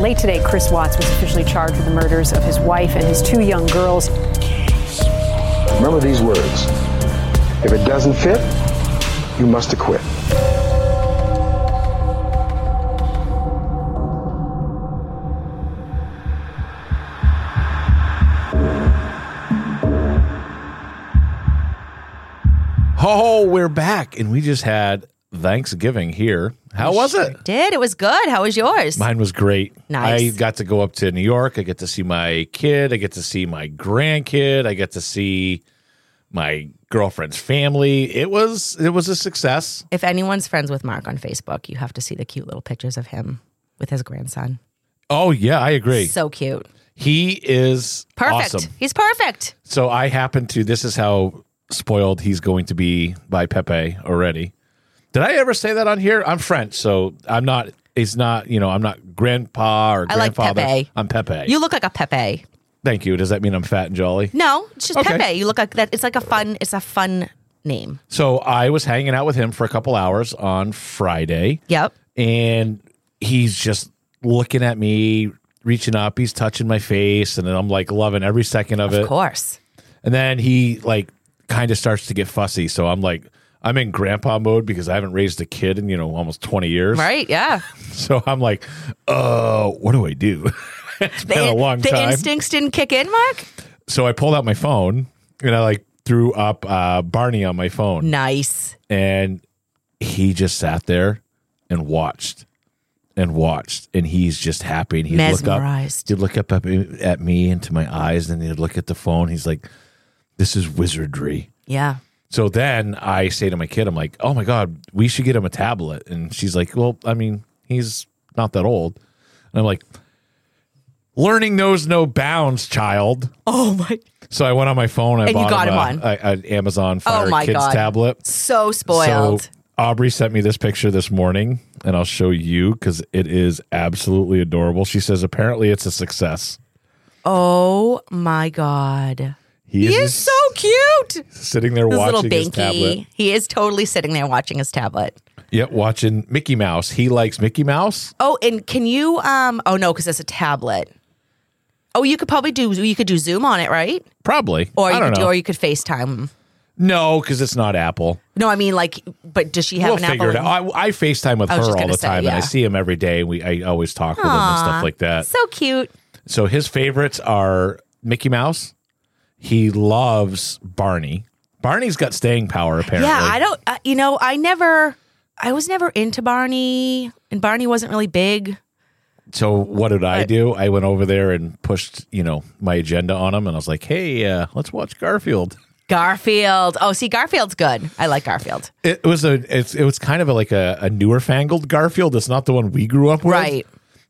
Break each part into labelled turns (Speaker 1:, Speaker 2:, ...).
Speaker 1: Late today, Chris Watts was officially charged with the murders of his wife and his two young girls.
Speaker 2: Remember these words. If it doesn't fit, you must acquit.
Speaker 3: Oh, we're back, and we just had Thanksgiving here. How was it?
Speaker 4: Did it was good. How was yours?
Speaker 3: Mine was great.
Speaker 4: Nice.
Speaker 3: I got to go up to New York. I get to see my kid. I get to see my grandkid. I get to see my girlfriend's family. It was it was a success.
Speaker 4: if anyone's friends with Mark on Facebook, you have to see the cute little pictures of him with his grandson.
Speaker 3: Oh yeah, I agree.
Speaker 4: So cute.
Speaker 3: he is
Speaker 4: Perfect.
Speaker 3: awesome.
Speaker 4: He's perfect.
Speaker 3: So I happen to. This is how spoiled he's going to be by Pepe already. Did I ever say that on here? I'm French, so I'm not. It's not. You know, I'm not grandpa or
Speaker 4: I like
Speaker 3: grandfather.
Speaker 4: Pepe.
Speaker 3: I'm Pepe.
Speaker 4: You look like a Pepe.
Speaker 3: Thank you. Does that mean I'm fat and jolly?
Speaker 4: No, it's just
Speaker 3: Okay.
Speaker 4: Pepe. You look like that. It's like a fun. It's a fun name.
Speaker 3: So I was hanging out with him for a couple hours on Friday,
Speaker 4: Yep.
Speaker 3: and he's just looking at me, reaching up. He's touching my face, and then I'm like loving every second of, it.
Speaker 4: Of course.
Speaker 3: And then he like kind of starts to get fussy. So I'm like, I'm in grandpa mode because I haven't raised a kid in, you know, almost 20 years.
Speaker 4: Right. Yeah.
Speaker 3: So I'm like, uh, what do I do? it's been a long
Speaker 4: the
Speaker 3: time.
Speaker 4: instincts didn't kick in, Mark.
Speaker 3: so I pulled out my phone and I like threw up uh, Barney on my phone.
Speaker 4: Nice.
Speaker 3: And he just sat there and watched and watched. And he's just happy. And he'd
Speaker 4: Mesmerized.
Speaker 3: Look up, he'd look up at me into my eyes and he'd look at the phone. He's like, this is wizardry.
Speaker 4: Yeah.
Speaker 3: So then I say to my kid, I'm like, oh my God, we should get him a tablet. And she's like, well, I mean, he's not that old. And I'm like, learning knows no bounds, child.
Speaker 4: Oh my.
Speaker 3: So I went on my phone. I
Speaker 4: And you
Speaker 3: bought
Speaker 4: got
Speaker 3: him
Speaker 4: him
Speaker 3: a-
Speaker 4: one. Oh
Speaker 3: a- an Amazon Fire
Speaker 4: my
Speaker 3: Kids
Speaker 4: God.
Speaker 3: tablet.
Speaker 4: So spoiled.
Speaker 3: So Aubrey sent me this picture this morning, and I'll show you because it is absolutely adorable. She says, apparently it's a success.
Speaker 4: oh my god.
Speaker 3: He,
Speaker 4: He is
Speaker 3: just
Speaker 4: so cute.
Speaker 3: sitting there
Speaker 4: This little
Speaker 3: watching his tablet.
Speaker 4: binky. He is totally sitting there watching his tablet.
Speaker 3: Yep, watching Mickey Mouse. He likes Mickey Mouse.
Speaker 4: Oh, and can you? Um. Oh no, because it's a tablet. Oh, you could probably do. You could do Zoom on it, right?
Speaker 3: Probably.
Speaker 4: Or
Speaker 3: I
Speaker 4: you
Speaker 3: don't
Speaker 4: could,
Speaker 3: know.
Speaker 4: do, or you could FaceTime.
Speaker 3: no, because it's not Apple.
Speaker 4: No, I mean like. But does she have
Speaker 3: We'll
Speaker 4: an
Speaker 3: figure
Speaker 4: Apple?
Speaker 3: it out. I, I FaceTime with
Speaker 4: I was
Speaker 3: her
Speaker 4: just
Speaker 3: all
Speaker 4: gonna
Speaker 3: the
Speaker 4: say,
Speaker 3: time, and I
Speaker 4: yeah.
Speaker 3: see him every day. And we, I always talk with him and stuff like that.
Speaker 4: So cute.
Speaker 3: So his favorites are Mickey Mouse. He loves Barney. Barney's got staying power, apparently.
Speaker 4: Yeah, I don't. Uh, you know, I never. I was never into Barney, and Barney wasn't really big.
Speaker 3: So what did I do? I went over there and pushed, you know, my agenda on him, and I was like, "Hey, uh, let's watch Garfield."
Speaker 4: Garfield. Oh, see, Garfield's good. I like Garfield.
Speaker 3: It was a, it's, it was kind of a, like a, a newer fangled Garfield. It's not the one we grew up with,
Speaker 4: Right.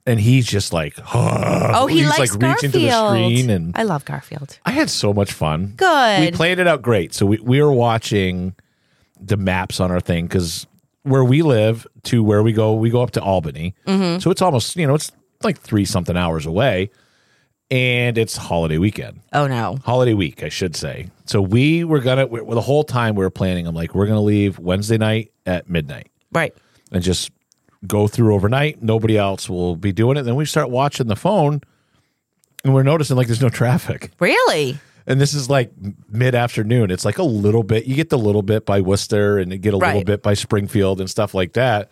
Speaker 3: and he's just like,
Speaker 4: Oh, he
Speaker 3: he's
Speaker 4: likes
Speaker 3: like reaching
Speaker 4: Garfield.
Speaker 3: to the screen, and
Speaker 4: I love Garfield.
Speaker 3: I had so much fun.
Speaker 4: Good.
Speaker 3: We played it out great. So we we were watching the maps on our thing because where we live to where we go, we go up to Albany,
Speaker 4: Mm-hmm.
Speaker 3: so it's almost you know it's like three something hours away, and it's holiday weekend
Speaker 4: Oh no.
Speaker 3: holiday week, I should say. So we were gonna we, the whole time we were planning. I'm like, we're gonna leave Wednesday night at midnight
Speaker 4: Right.
Speaker 3: and just go through overnight. Nobody else will be doing it. Then we start watching the phone, and we're noticing like there's no traffic.
Speaker 4: Really?
Speaker 3: And this is like mid afternoon. It's like a little bit. You get the little bit by Worcester, and you get a little
Speaker 4: Right.
Speaker 3: bit by Springfield and stuff like that.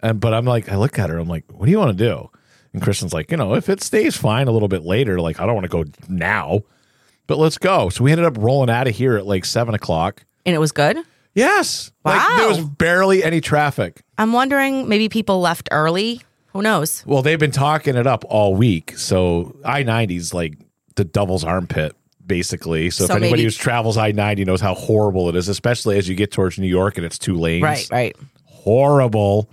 Speaker 3: And but I'm like, I look at her. I'm like, what do you want to do? And Kristen's like, you know, if it stays fine a little bit later, like, I don't want to go now, but let's go. So we ended up rolling out of here at like seven o'clock.
Speaker 4: And it was good.
Speaker 3: Yes. Like,
Speaker 4: Wow.
Speaker 3: there was barely any traffic.
Speaker 4: I'm wondering maybe people left early. Who knows?
Speaker 3: Well, they've been talking it up all week. So I 90s like the devil's armpit, basically. So,
Speaker 4: So
Speaker 3: if anybody
Speaker 4: maybe-
Speaker 3: who travels I 90 knows how horrible it is, especially as you get towards New York and it's two lanes.
Speaker 4: Right, right.
Speaker 3: Horrible.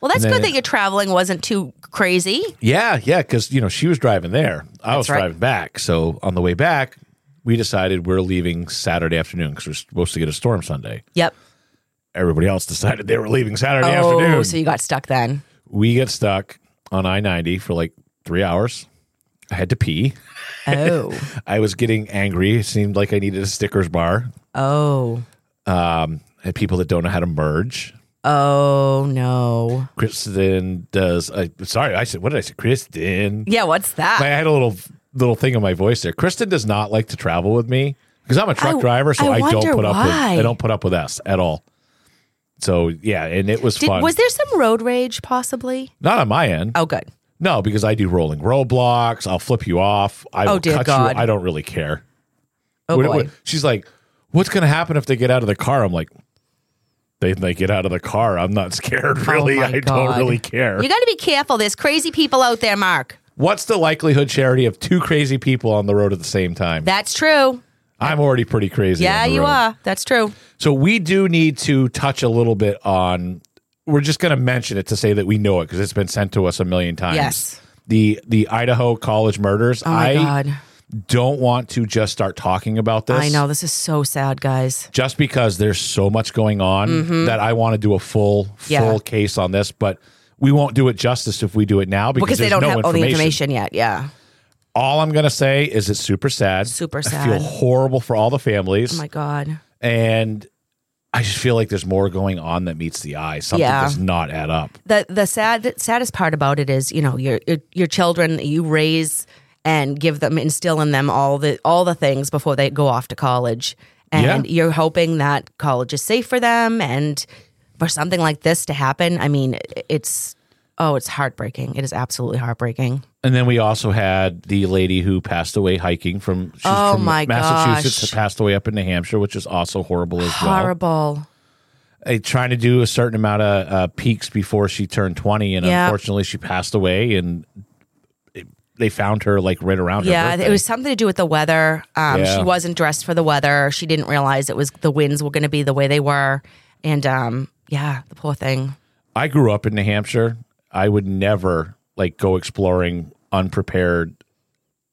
Speaker 4: Well, that's
Speaker 3: And then-
Speaker 4: good that your traveling wasn't too crazy.
Speaker 3: Yeah, yeah, because you know she was driving there, I was
Speaker 4: right.
Speaker 3: driving back. So on the way back, we decided we're leaving Saturday afternoon because we're supposed to get a storm Sunday.
Speaker 4: Yep.
Speaker 3: Everybody else decided they were leaving Saturday
Speaker 4: oh,
Speaker 3: afternoon.
Speaker 4: so you got stuck then.
Speaker 3: we get stuck on I ninety for like three hours. I had to pee.
Speaker 4: Oh.
Speaker 3: I was getting angry. It seemed like I needed a Snickers bar.
Speaker 4: oh.
Speaker 3: Um, I had people that don't know how to merge.
Speaker 4: Oh no.
Speaker 3: Kristen does. I, sorry, I said what did I say? Kristen.
Speaker 4: Yeah, what's that?
Speaker 3: I had a little little thing in my voice there. Kristen does not like to travel with me because I'm a truck
Speaker 4: I-
Speaker 3: driver, so I,
Speaker 4: I
Speaker 3: don't
Speaker 4: wonder
Speaker 3: put up with
Speaker 4: why.
Speaker 3: I don't put up with us at all. So yeah, and it was
Speaker 4: Did,
Speaker 3: fun.
Speaker 4: was there some road rage possibly?
Speaker 3: not on my end.
Speaker 4: Oh good.
Speaker 3: No, because I do rolling roadblocks. I'll flip you off. I
Speaker 4: Oh,
Speaker 3: will
Speaker 4: dear
Speaker 3: cut
Speaker 4: God.
Speaker 3: you. I don't really care.
Speaker 4: Oh
Speaker 3: What-
Speaker 4: boy.
Speaker 3: what- she's like, "What's going to happen if they get out of the car?" I'm like, "They they get out of the car. I'm not scared. Really,
Speaker 4: Oh, my
Speaker 3: I don't
Speaker 4: God.
Speaker 3: really care."
Speaker 4: You gotta be careful. There's crazy people out there, Mark.
Speaker 3: What's the likelihood, Charity, of two crazy people on the road at the same time?
Speaker 4: That's true.
Speaker 3: I'm already pretty crazy.
Speaker 4: Yeah,
Speaker 3: on the
Speaker 4: you
Speaker 3: road.
Speaker 4: are. That's true.
Speaker 3: So we do need to touch a little bit on. We're just going to mention it to say that we know it because it's been sent to us a million times.
Speaker 4: Yes.
Speaker 3: The the Idaho college murders.
Speaker 4: Oh my
Speaker 3: I
Speaker 4: god.
Speaker 3: don't want to just start talking about this.
Speaker 4: I know this is so sad, guys.
Speaker 3: Just because there's so much going on that I want to do a full full
Speaker 4: Mm-hmm. Yeah.
Speaker 3: case on this, but we won't do it justice if we do it now because,
Speaker 4: Because they
Speaker 3: there's
Speaker 4: don't
Speaker 3: no
Speaker 4: have all
Speaker 3: information.
Speaker 4: the information yet. Yeah.
Speaker 3: All I'm going to say is it's super sad.
Speaker 4: Super
Speaker 3: I feel
Speaker 4: sad.
Speaker 3: horrible for all the families.
Speaker 4: Oh my god.
Speaker 3: and I just feel like there's more going on that meets the eye. Something
Speaker 4: Yeah.
Speaker 3: does not add up.
Speaker 4: the the sad saddest part about it is you know your your, your children you raise and give them instill in them all the all the things before they go off to college and
Speaker 3: Yeah.
Speaker 4: you're hoping that college is safe for them and for something like this to happen i mean it- it's oh it's heartbreaking it is absolutely heartbreaking
Speaker 3: And then we also had the lady who passed away hiking from, she's
Speaker 4: Oh
Speaker 3: from
Speaker 4: my
Speaker 3: Massachusetts,
Speaker 4: gosh.
Speaker 3: passed away up in New Hampshire, which is also horrible as well.
Speaker 4: horrible
Speaker 3: uh, trying to do a certain amount of uh, peaks before she turned 20 and
Speaker 4: Yeah.
Speaker 3: unfortunately she passed away and it- they found her like right around her
Speaker 4: yeah
Speaker 3: birthday.
Speaker 4: it was something to do with the weather um,
Speaker 3: Yeah.
Speaker 4: she wasn't dressed for the weather she didn't realize it was the winds were going to be the way they were and um, yeah the poor thing
Speaker 3: i grew up in new hampshire i would never like go exploring unprepared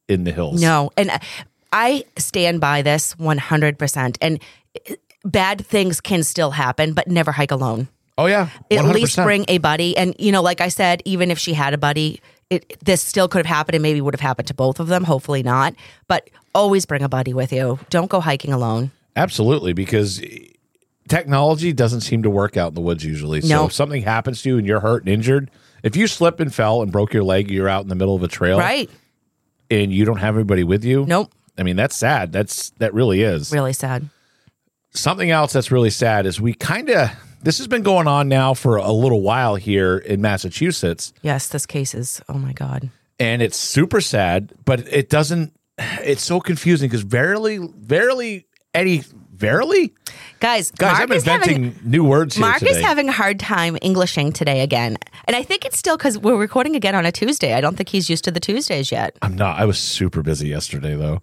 Speaker 3: in the hills
Speaker 4: No, and uh, I stand by this 100%. And uh, bad things can still happen, but never hike alone.
Speaker 3: oh yeah
Speaker 4: At least
Speaker 3: 100%.
Speaker 4: bring a buddy. And, you know, like I said, even if she had a buddy, it, this still could have happened and maybe would have happened to both of them. Hopefully not. But always bring a buddy with you. Don't go hiking alone.
Speaker 3: absolutely because technology doesn't seem to work out in the woods usually so
Speaker 4: No.
Speaker 3: if something happens to you and you're hurt and injured if you slip and fell and broke your leg you're out in the middle of a trail
Speaker 4: Right?
Speaker 3: and you don't have everybody with you
Speaker 4: Nope.
Speaker 3: i mean that's sad that's that really is
Speaker 4: Really sad.
Speaker 3: something else that's really sad is we kind of this has been going on now for a little while here in Massachusetts
Speaker 4: Yes, this case is, oh my God.
Speaker 3: and it's super sad but it doesn't it's so confusing because barely barely any barely
Speaker 4: Guys,
Speaker 3: guys
Speaker 4: Mark
Speaker 3: I'm
Speaker 4: is having-
Speaker 3: inventing new words here
Speaker 4: Mark
Speaker 3: today.
Speaker 4: is having a hard time Englishing today again. And I think it's still because we're recording again on a Tuesday. I don't think he's used to the Tuesdays yet.
Speaker 3: I'm not I was super busy yesterday though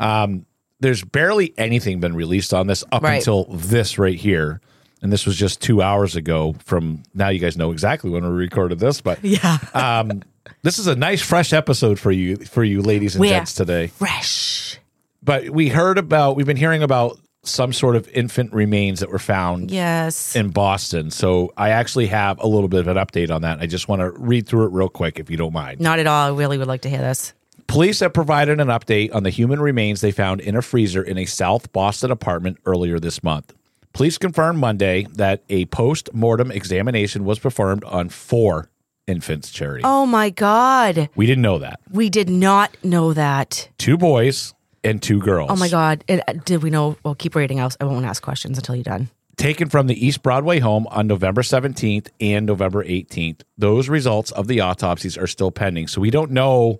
Speaker 3: um there's barely anything been released on this up
Speaker 4: Right.
Speaker 3: until this right here and this was just two hours ago from now you guys know exactly when we recorded this but
Speaker 4: Yeah.
Speaker 3: um, this is a nice fresh episode for you for you ladies and
Speaker 4: We're
Speaker 3: gents today
Speaker 4: Fresh.
Speaker 3: but we heard about we've been hearing about some sort of infant remains that were found
Speaker 4: Yes.
Speaker 3: in boston so i actually have a little bit of an update on that i just want to read through it real quick if you don't mind
Speaker 4: Not at all. I really would like to hear this.
Speaker 3: Police have provided an update on the human remains they found in a freezer in a South Boston apartment earlier this month. Police confirmed Monday that a post mortem examination was performed on four infants, Charity.
Speaker 4: Oh my God.
Speaker 3: We didn't know that.
Speaker 4: We did not know that.
Speaker 3: Two boys and two girls.
Speaker 4: Oh my God. It, uh, did we know? Well, keep reading. I'll, I won't ask questions until you're done.
Speaker 3: taken from the East Broadway home on November 17th and November 18th. Those results of the autopsies are still pending. So we don't know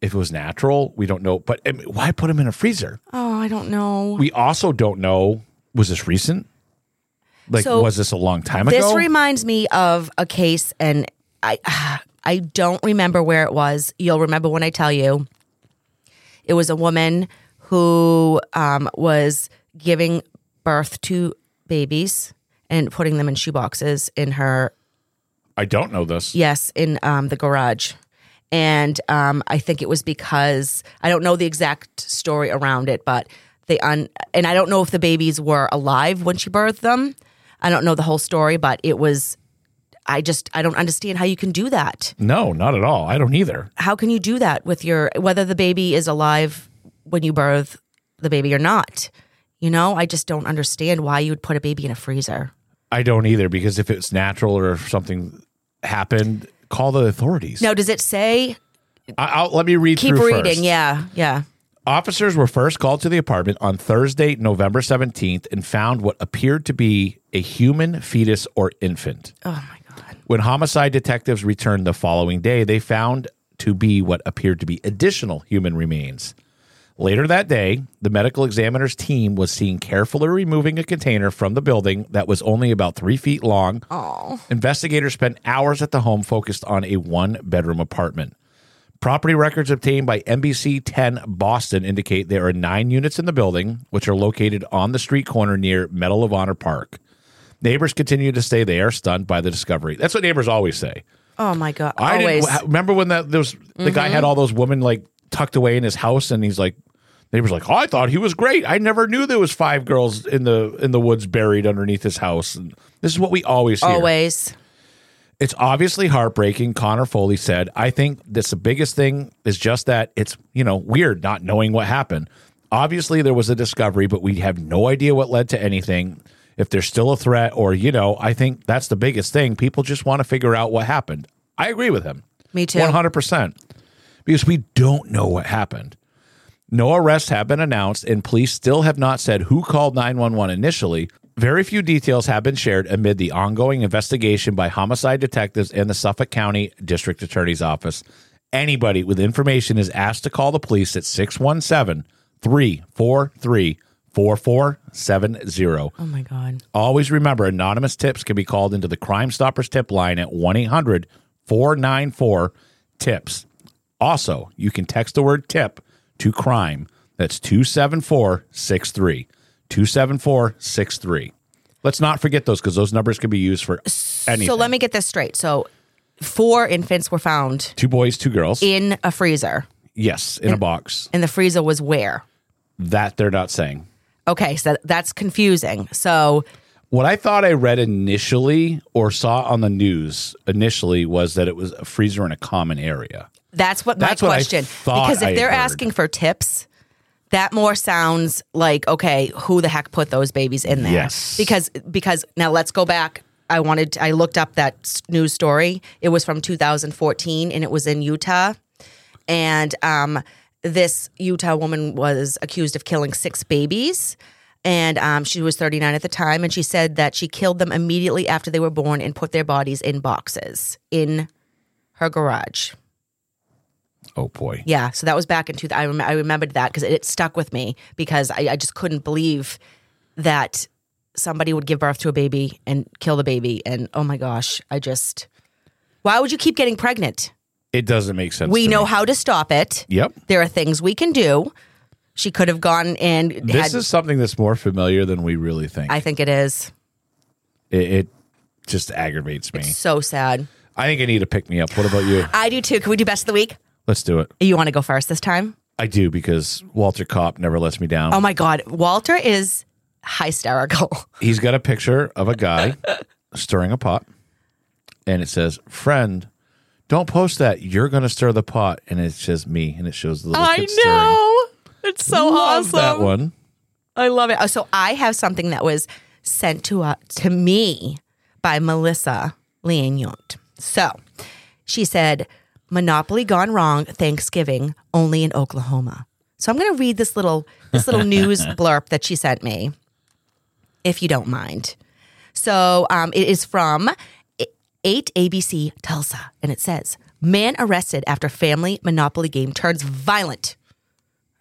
Speaker 3: if it was natural. We don't know. But I mean, why put him in a freezer?
Speaker 4: Oh, I don't know.
Speaker 3: We also don't know was this recent? Like,
Speaker 4: So,
Speaker 3: was this a long time ago?
Speaker 4: This reminds me of a case, and I I don't remember where it was. You'll remember when I tell you. It was a woman who um, was giving birth to babies and putting them in shoeboxes in her
Speaker 3: I don't know this.
Speaker 4: Yes, in um, the garage. And um, I think it was because I don't know the exact story around it, but they un and I don't know if the babies were alive when she birthed them. I don't know the whole story, but it was. I just I don't understand how you can do that.
Speaker 3: No, not at all. I don't either.
Speaker 4: How can you do that with your whether the baby is alive when you birth the baby or not? You know, I just don't understand why you would put a baby in a freezer.
Speaker 3: I don't either because if it's natural or if something happened, call the authorities.
Speaker 4: Now, does it say
Speaker 3: I, I'll, let me read.
Speaker 4: keep
Speaker 3: through
Speaker 4: reading?
Speaker 3: first.
Speaker 4: Yeah, yeah.
Speaker 3: Officers were first called to the apartment on Thursday, November 17th, and found what appeared to be a human fetus or infant.
Speaker 4: Oh my god.
Speaker 3: When homicide detectives returned the following day, they found to be what appeared to be additional human remains. Later that day, the medical examiner's team was seen carefully removing a container from the building that was only about three feet long. Investigators spent hours at the home focused on a one bedroom apartment. Property records obtained by NBC 10 Boston indicate there are nine units in the building, which are located on the street corner near Medal of Honor Park. Neighbors continue to say they are stunned by the discovery. That's what neighbors always say.
Speaker 4: Oh my god.
Speaker 3: I
Speaker 4: Always.
Speaker 3: didn't, remember when that those the guy had all those women like tucked away in his house, and he's like, neighbors like, oh, I thought he was great. I never knew there was five girls in the in the woods buried underneath his house. And this is what we always hear.
Speaker 4: Always.
Speaker 3: It's obviously heartbreaking. Connor Foley said, I think that's the biggest thing is just that it's, you know, weird not knowing what happened. Obviously, there was a discovery, but we have no idea what led to anything. If there's still a threat, or, you know, I think that's the biggest thing. People just want to figure out what happened. I agree with him.
Speaker 4: Me too.
Speaker 3: 100%. Because we don't know what happened. No arrests have been announced, and police still have not said who called 911 initially. Very few details have been shared amid the ongoing investigation by homicide detectives and the Suffolk County District Attorney's Office. Anybody with information is asked to call the police at 617 343 4470.
Speaker 4: Oh my god.
Speaker 3: Always remember anonymous tips can be called into the Crime Stoppers tip line at 1 800 494 TIPS. Also, you can text the word tip to crime. That's 27463. 27463. Let's not forget those because those numbers can be used for anything.
Speaker 4: So let me get this straight. So four infants were found
Speaker 3: Two boys, two girls.
Speaker 4: in a freezer,
Speaker 3: yes, in a box.
Speaker 4: and the freezer was where?
Speaker 3: That they're not saying.
Speaker 4: Okay, so that's confusing. So
Speaker 3: What I thought I read initially or saw on the news initially was that it was a freezer in a common area.
Speaker 4: that's what my
Speaker 3: That's what I
Speaker 4: question.
Speaker 3: thought
Speaker 4: because if
Speaker 3: I
Speaker 4: they're
Speaker 3: heard.
Speaker 4: asking for tips, that more sounds like okay, who the heck put those babies in there?
Speaker 3: Yes.
Speaker 4: Because because now let's go back. I wanted I looked up that s- news story. It was from 2014 and it was in Utah. and um, this Utah woman was accused of killing six babies. And um, she was 39 at the time, and she said that she killed them immediately after they were born and put their bodies in boxes in her garage.
Speaker 3: Oh boy.
Speaker 4: Yeah, so that was back in two. I, rem- I remembered that because it, it stuck with me because I, I just couldn't believe that somebody would give birth to a baby and kill the baby. And oh my gosh, I just why would you keep getting pregnant?
Speaker 3: It doesn't make sense.
Speaker 4: We
Speaker 3: to
Speaker 4: know
Speaker 3: me.
Speaker 4: how to stop it.
Speaker 3: Yep.
Speaker 4: There are things we can do. She could have gone and
Speaker 3: This
Speaker 4: had,
Speaker 3: is something that's more familiar than we really think.
Speaker 4: I think it is
Speaker 3: it, it just aggravates me.
Speaker 4: so sad.
Speaker 3: I think I need to pick me up. What about you?
Speaker 4: I do too. Can we do best of the week?
Speaker 3: Let's do it.
Speaker 4: You want to go first this time?
Speaker 3: I do because Walter Kopp never lets me down.
Speaker 4: Oh my God. Walter is hysterical.
Speaker 3: He's got a picture of a guy stirring a pot, and it says, "Friend, don't post that. You're going to stir the pot." And it says me, and it shows the little kid stirring.
Speaker 4: It's so
Speaker 3: Love That one.
Speaker 4: I love it. Oh, so I have something that was sent to uh, to me by Melissa Leonute. So she said, "Monopoly gone wrong. Thanksgiving only in Oklahoma." So I'm going to read this little this little news blurb that she sent me, if you don't mind. So um, it is from 8 ABC Tulsa, and it says Man arrested after family Monopoly game turns violent.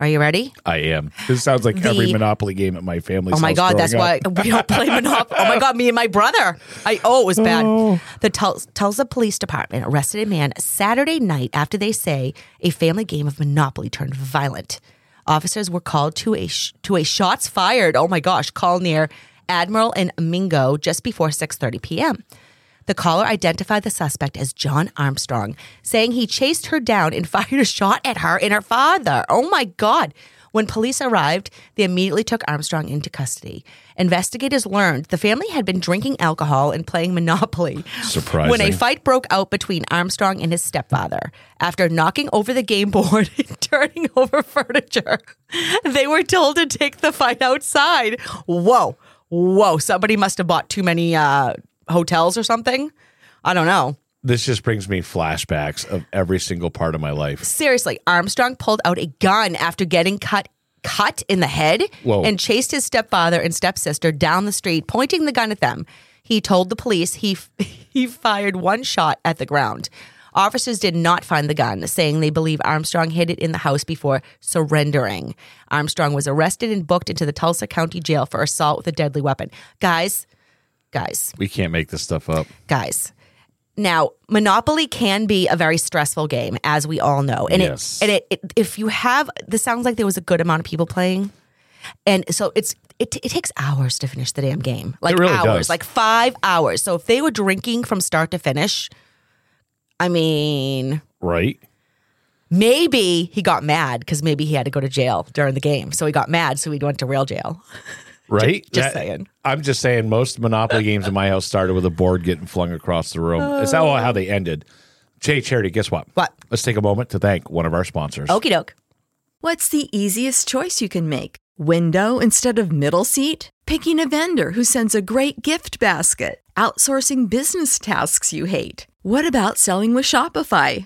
Speaker 4: Are you ready?
Speaker 3: I am. This sounds like every
Speaker 4: The-
Speaker 3: Monopoly game at my family's.
Speaker 4: Oh my
Speaker 3: house
Speaker 4: God,
Speaker 3: growing
Speaker 4: that's
Speaker 3: up.
Speaker 4: why we don't play Monopoly. Oh my God, me and my brother. I oh, it was bad. The Tul- Tulsa Police Department arrested a man Saturday night after they say a family game of Monopoly turned violent. Officers were called to a sh- to a shots fired. Oh my gosh, call near Admiral and Mingo just before 6:30 p.m. The caller identified the suspect as John Armstrong, saying he chased her down and fired a shot at her and her father. Oh my God. When police arrived, they immediately took Armstrong into custody. Investigators learned the family had been drinking alcohol and playing Monopoly. When a
Speaker 3: Surprising.
Speaker 4: fight broke out between Armstrong and his stepfather. After knocking over the game board and turning over furniture, they were told to take the fight outside. Whoa, whoa! Somebody must have bought too many uh, hotels or something. I don't know.
Speaker 3: This just brings me flashbacks of every single part of my life.
Speaker 4: Seriously, Armstrong pulled out a gun after getting cut cut in the head
Speaker 3: Whoa.
Speaker 4: and chased his stepfather and stepsister down the street, pointing the gun at them. He told the police he f- he fired one shot at the ground. Officers did not find the gun, saying they believe Armstrong hid it in the house before surrendering. Armstrong was arrested and booked into the Tulsa County Jail for assault with a deadly weapon. Guys, guys,
Speaker 3: We can't make this stuff up.
Speaker 4: guys. Now, Monopoly can be a very stressful game, as we all know. And
Speaker 3: Yes.
Speaker 4: it and it, it if you have this sounds like there was a good amount of people playing. And so it's it, it takes hours to finish the damn game. Like
Speaker 3: really
Speaker 4: hours,
Speaker 3: does.
Speaker 4: like 5 hours. So if they were drinking from start to finish, I mean,
Speaker 3: Right?
Speaker 4: maybe he got mad cuz maybe he had to go to jail during the game. So he got mad, so he went to real jail.
Speaker 3: Right?
Speaker 4: just saying.
Speaker 3: I'm just saying most Monopoly games in my house started with a board getting flung across the room. it's not how they ended. Jay Charity, guess what?
Speaker 4: What?
Speaker 3: Let's take a moment to thank one of our sponsors.
Speaker 4: Okie doke.
Speaker 5: What's the easiest choice you can make? Window instead of middle seat? Picking a vendor who sends a great gift basket? Outsourcing business tasks you hate? What about selling with Shopify?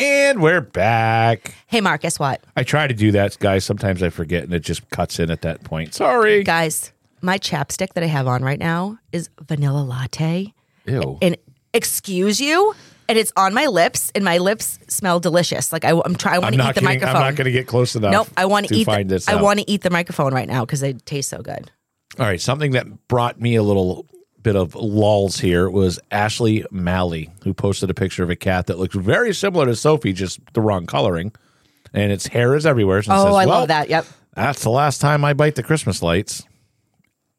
Speaker 3: And we're back.
Speaker 4: Hey Mark, guess what?
Speaker 3: I try to do that, guys. Sometimes I forget and it just cuts in at that point. Sorry.
Speaker 4: Guys, my chapstick that I have on right now is vanilla latte.
Speaker 3: Ew.
Speaker 4: and excuse you and it's on my lips and my lips smell delicious like I, am trying i want
Speaker 3: I'm
Speaker 4: to
Speaker 3: not
Speaker 4: eat the
Speaker 3: getting,
Speaker 4: microphone
Speaker 3: I'm not going to get close enough.
Speaker 4: nope i want to eat
Speaker 3: find
Speaker 4: the,
Speaker 3: this.
Speaker 4: i
Speaker 3: out.
Speaker 4: want to eat the microphone right now because they taste so good
Speaker 3: All right, something that brought me a little bit of lulls here was Ashley Malley, who posted a picture of a cat that looks very similar to Sophie, just the wrong coloring, and its hair is everywhere. So it
Speaker 4: oh
Speaker 3: says,
Speaker 4: i
Speaker 3: "Well,
Speaker 4: love that yep
Speaker 3: That's the last time I bite the Christmas lights.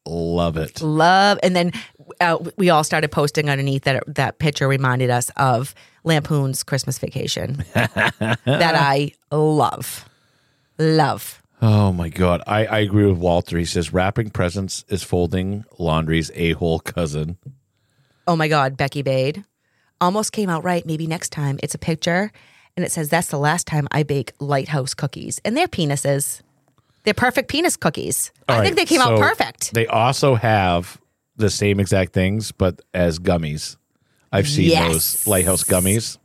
Speaker 3: Love it.
Speaker 4: love and then uh, we all started posting underneath that that picture reminded us of lampoon's christmas vacation that i love love
Speaker 3: Oh my god, I, I agree with Walter. He says wrapping presents is folding laundry's a hole cousin.
Speaker 4: oh my god becky bade almost came out right maybe next time it's a picture and it says that's the last time i bake lighthouse cookies and they're penises they're perfect penis cookies i
Speaker 3: All
Speaker 4: think they
Speaker 3: right,
Speaker 4: came out
Speaker 3: so
Speaker 4: perfect
Speaker 3: They also have the same exact things, but as gummies. I've seen
Speaker 4: Yes.
Speaker 3: those lighthouse gummies.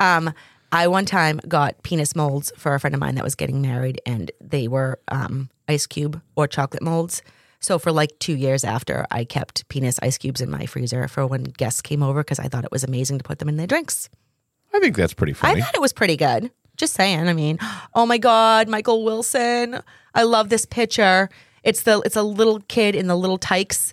Speaker 4: um i one time got penis molds for a friend of mine that was getting married and they were um ice cube or chocolate molds so for like two years after i kept penis ice cubes in my freezer for when guests came over because i thought it was amazing to put them in their drinks
Speaker 3: I think that's pretty
Speaker 4: I
Speaker 3: funny.
Speaker 4: thought it was pretty good. Just saying. I mean, oh my God, Michael Wilson. I love this picture. It's the it's a little kid in the little tykes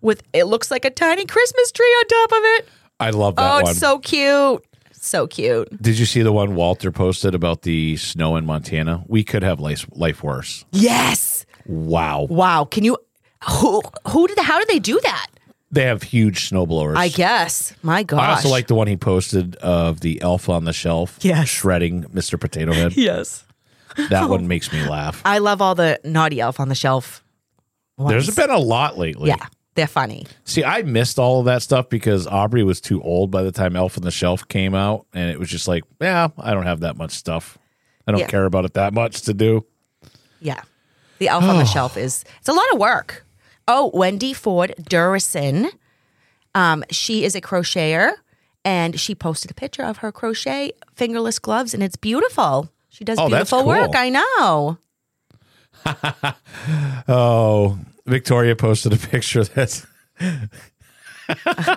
Speaker 4: with it looks like a tiny Christmas tree on top of it.
Speaker 3: I love
Speaker 4: Oh,
Speaker 3: that one.
Speaker 4: it's so cute. So cute.
Speaker 3: Did you see the one Walter posted about the snow in Montana? We could have life, life worse.
Speaker 4: Yes.
Speaker 3: Wow.
Speaker 4: Wow. Can you who who did how did they do that?
Speaker 3: They have huge snowblowers.
Speaker 4: I guess. My gosh.
Speaker 3: I also like the one he posted of the elf on the shelf
Speaker 4: Yes.
Speaker 3: shredding Mr. Potato Head.
Speaker 4: Yes.
Speaker 3: That one makes me laugh.
Speaker 4: I love all the naughty elf on the shelf.
Speaker 3: There's
Speaker 4: ones.
Speaker 3: been a lot lately.
Speaker 4: Yeah. They're funny.
Speaker 3: See, I missed all of that stuff because Aubrey was too old by the time Elf on the Shelf came out, and it was just like, yeah, I don't have that much stuff. I don't
Speaker 4: Yeah.
Speaker 3: care about it that much to do.
Speaker 4: Yeah. The elf
Speaker 3: Oh.
Speaker 4: on the shelf is it's a lot of work. Oh, Wendy Ford Durison. Um, she is a crocheter and she posted a picture of her crochet fingerless gloves and it's beautiful. She does
Speaker 3: Oh, that's
Speaker 4: beautiful work.
Speaker 3: cool.
Speaker 4: I know.
Speaker 3: Oh, Victoria posted a picture that's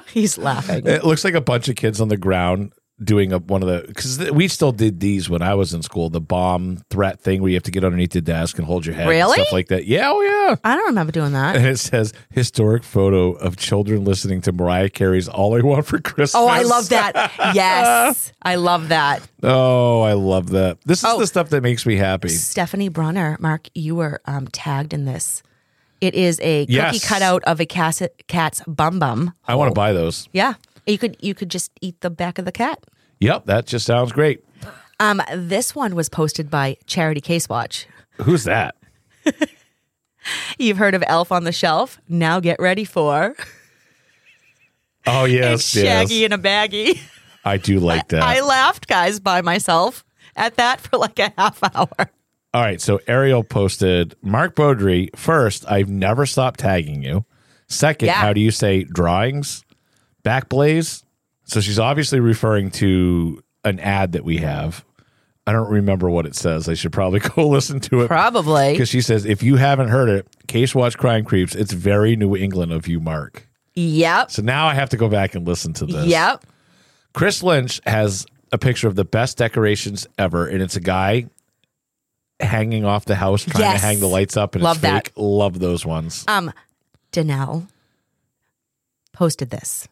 Speaker 4: He's laughing.
Speaker 3: it looks like a bunch of kids on the ground doing a, one of the because we still did these when I was in school, the bomb threat thing where you have to get underneath the desk and hold your head, and
Speaker 4: Really?
Speaker 3: stuff like that. Yeah, oh yeah.
Speaker 4: I don't remember doing that.
Speaker 3: And it says historic photo of children listening to Mariah Carey's "All I Want for Christmas."
Speaker 4: Oh, I love that. Yes. I love that.
Speaker 3: Oh, I love that. This is
Speaker 4: Oh.
Speaker 3: the stuff that makes me happy.
Speaker 4: Stephanie Brunner, Mark, you were um, tagged in this. It is a cookie
Speaker 3: Yes.
Speaker 4: cutout of a cat's, cat's bum bum.
Speaker 3: I want to buy those.
Speaker 4: Yeah, you could you could just eat the back of the cat.
Speaker 3: Yep, that just sounds great.
Speaker 4: Um, this one was posted by Charity Case Watch.
Speaker 3: Who's that?
Speaker 4: You've heard of Elf on the Shelf? Now get ready for
Speaker 3: Oh
Speaker 4: it's
Speaker 3: yes, yes.
Speaker 4: Shaggy in a baggie.
Speaker 3: I do like that.
Speaker 4: I laughed, guys, by myself at that for like a half hour.
Speaker 3: All right, so Ariel posted Mark Beaudry. First, I've never stopped tagging you. Second,
Speaker 4: Yeah.
Speaker 3: how do you say drawings? Backblaze. So she's obviously referring to an ad that we have. I don't remember what it says. I should probably go listen to it.
Speaker 4: Probably,
Speaker 3: Because she says, if you haven't heard it, Case Watch Crime Creeps, it's very New England of you, Mark.
Speaker 4: yep,
Speaker 3: So now I have to go back and listen to this.
Speaker 4: yep.
Speaker 3: Chris Lynch has a picture of the best decorations ever, and it's a guy hanging off the house trying
Speaker 4: Yes.
Speaker 3: to hang the lights up. And
Speaker 4: Love
Speaker 3: it's
Speaker 4: that.
Speaker 3: fake. Love those ones.
Speaker 4: Um, Danelle posted this.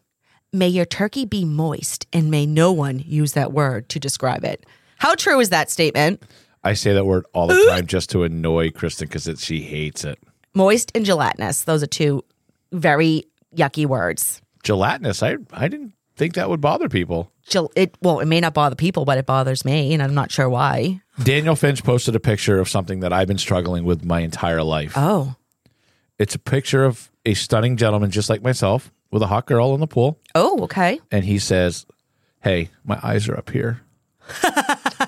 Speaker 4: May your turkey be moist, and may no one use that word to describe it. How true is that statement?
Speaker 3: I say that word all the time just to annoy Kristen because she hates it.
Speaker 4: Moist and gelatinous; those are two very yucky words.
Speaker 3: Gelatinous. I I didn't think that would bother people.
Speaker 4: Gel- it well, it may not bother people, but it bothers me, and I'm not sure why.
Speaker 3: Daniel Finch posted a picture of something that I've been struggling with my entire life.
Speaker 4: Oh,
Speaker 3: It's a picture of a stunning gentleman just like myself with a hot girl in the pool.
Speaker 4: oh, okay.
Speaker 3: and he says, "Hey, my eyes are up here."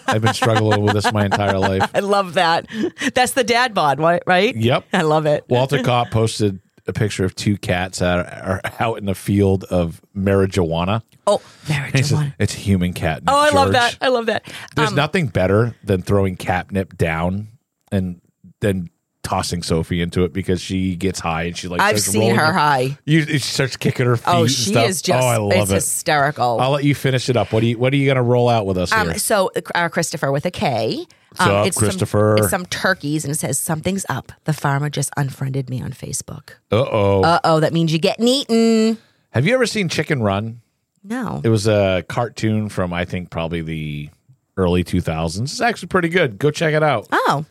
Speaker 3: I've been struggling with this my entire life.
Speaker 4: I love that. That's the dad bod, wi- right?
Speaker 3: Yep.
Speaker 4: I love it.
Speaker 3: Walter Kopp posted a picture of two cats that are out in the field of marijuana.
Speaker 4: Oh, marriage.
Speaker 3: He says,
Speaker 4: one.
Speaker 3: it's a human cat.
Speaker 4: Oh, I love
Speaker 3: George."
Speaker 4: that. I love that. Um,
Speaker 3: There's nothing better than throwing catnip down and then tossing Sophie into it because she gets high and she like.
Speaker 4: I've
Speaker 3: starts
Speaker 4: seen
Speaker 3: rolling
Speaker 4: her high.
Speaker 3: You, she starts kicking her feet.
Speaker 4: Oh,
Speaker 3: and
Speaker 4: she
Speaker 3: stuff.
Speaker 4: is just.
Speaker 3: Oh, I love
Speaker 4: it's
Speaker 3: it.
Speaker 4: hysterical.
Speaker 3: I'll let you finish it up. What do you What are you going to roll out with us
Speaker 4: Um,
Speaker 3: here?
Speaker 4: so uh, Christopher with a K.
Speaker 3: What's up,
Speaker 4: some-
Speaker 3: Christopher?
Speaker 4: it's some turkeys, and it says something's up. The farmer just unfriended me on Facebook.
Speaker 3: Uh oh.
Speaker 4: Uh oh, that means you getting eaten.
Speaker 3: Have you ever seen Chicken Run?
Speaker 4: No,
Speaker 3: It was a cartoon from I think probably the early 2000s. It's actually pretty good. Go check it out.
Speaker 4: oh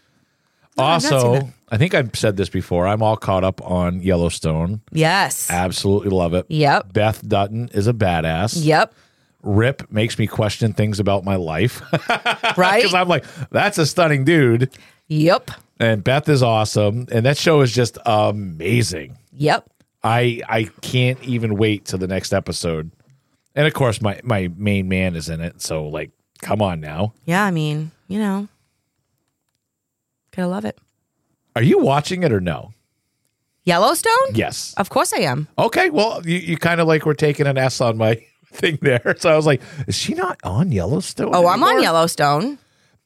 Speaker 4: I've not seen
Speaker 3: also, I think I've said this before. I'm all caught up on Yellowstone.
Speaker 4: yes,
Speaker 3: Ah. Absolutely love it.
Speaker 4: Yep.
Speaker 3: Beth Dutton is a badass.
Speaker 4: yep,
Speaker 3: Rip makes me question things about my life
Speaker 4: right,
Speaker 3: because I'm like, that's a stunning dude.
Speaker 4: yep,
Speaker 3: And Beth is awesome. And that show is just amazing.
Speaker 4: yep.
Speaker 3: I I can't even wait to the next episode. And of course, my my main man is in it, so like, come on now.
Speaker 4: Yeah, I mean, you know, gotta love it.
Speaker 3: Are you watching it or no?
Speaker 4: Yellowstone.
Speaker 3: Yes.
Speaker 4: Of course I am.
Speaker 3: Okay. Well, you, you kind of like were taking an S on my thing there, so I was like, is she not on Yellowstone?
Speaker 4: Oh, I'm on
Speaker 3: anymore?
Speaker 4: Yellowstone.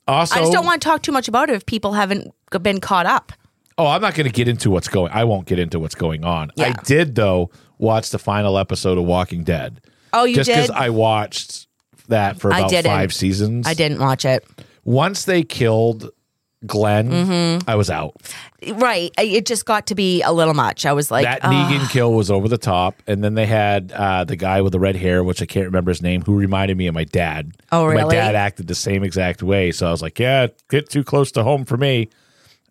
Speaker 3: Also,
Speaker 4: I just don't want to talk too much about it if people haven't g- been caught up.
Speaker 3: Oh, I'm not going to get into what's going. I won't get into what's going on.
Speaker 4: Yeah.
Speaker 3: I did though watch the final episode of Walking Dead.
Speaker 4: Oh, you
Speaker 3: just
Speaker 4: did?
Speaker 3: I watched that for
Speaker 4: I
Speaker 3: about
Speaker 4: didn't.
Speaker 3: five seasons.
Speaker 4: I didn't watch it.
Speaker 3: Once they killed Glenn,
Speaker 4: Mm-hmm.
Speaker 3: I was out.
Speaker 4: Right. I- It just got to be a little much. I was like,
Speaker 3: that
Speaker 4: "Oh,
Speaker 3: Negan kill was over the top, and then they had uh, the guy with the red hair, which I can't remember his name, who reminded me of my dad.
Speaker 4: Oh,
Speaker 3: And My
Speaker 4: really?
Speaker 3: dad acted the same exact way, so I was like, "Yeah, get too close to home for me."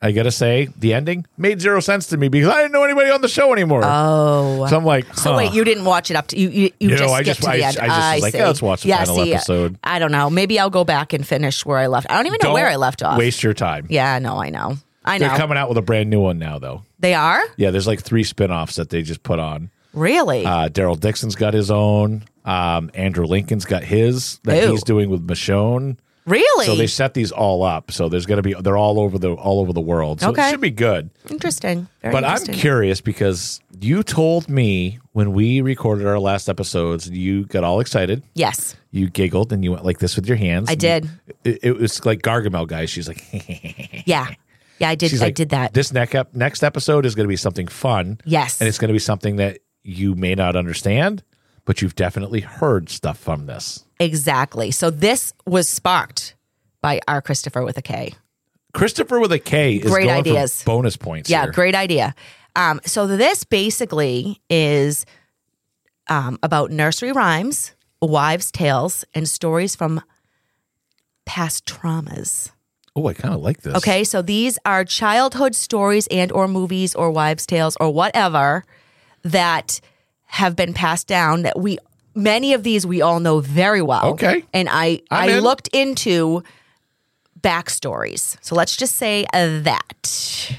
Speaker 3: I gotta say, the ending made zero sense to me because I didn't know anybody on the show anymore. Oh, so I'm like,
Speaker 4: So
Speaker 3: huh.
Speaker 4: wait, you didn't watch it up to you. You, you
Speaker 3: No,
Speaker 4: just
Speaker 3: I
Speaker 4: skipped
Speaker 3: just-
Speaker 4: to the
Speaker 3: I-
Speaker 4: end. Ah,
Speaker 3: I just was like,
Speaker 4: see. uh,
Speaker 3: yeah, let's watch the final episode.
Speaker 4: I don't know. Maybe I'll go back and finish where I left. I don't even know
Speaker 3: Don't
Speaker 4: where I left off.
Speaker 3: Waste your time.
Speaker 4: Yeah, no, I know. I know.
Speaker 3: They're coming out with a brand new one now, though.
Speaker 4: They are
Speaker 3: Yeah, there's like three spin-offs that they just put on.
Speaker 4: really.
Speaker 3: Uh, Daryl Dixon's got his own. Um, Andrew Lincoln's got his that
Speaker 4: Ew.
Speaker 3: he's doing with Michonne.
Speaker 4: Really?
Speaker 3: So they set these all up. So there's gonna be they're all over the all over the world. So
Speaker 4: Okay.
Speaker 3: it should be good.
Speaker 4: interesting. Very
Speaker 3: but I'm
Speaker 4: interesting.
Speaker 3: curious because you told me when we recorded our last episodes, you got all excited.
Speaker 4: Yes.
Speaker 3: You giggled and you went like this with your hands.
Speaker 4: I did.
Speaker 3: It, it was like Gargamel guys. She's like,
Speaker 4: Yeah. Yeah, I did.
Speaker 3: she's
Speaker 4: I
Speaker 3: like,
Speaker 4: did that.
Speaker 3: This next ep- next episode is going to be something fun.
Speaker 4: Yes.
Speaker 3: and it's going to be something that you may not understand, but you've definitely heard stuff from this.
Speaker 4: exactly. So this was sparked by our Christopher with a K.
Speaker 3: Christopher with a K is
Speaker 4: Great
Speaker 3: going
Speaker 4: ideas.
Speaker 3: for bonus points.
Speaker 4: Yeah,
Speaker 3: here.
Speaker 4: great idea. Um, so this basically is um, about nursery rhymes, wives' tales, and stories from past traumas.
Speaker 3: Oh, I kind of like this.
Speaker 4: Okay, so these are childhood stories and or movies or wives' tales or whatever that have been passed down that we many of these we all know very well.
Speaker 3: Okay.
Speaker 4: And I
Speaker 3: I'm
Speaker 4: I
Speaker 3: in.
Speaker 4: looked into backstories. So let's just say uh, that.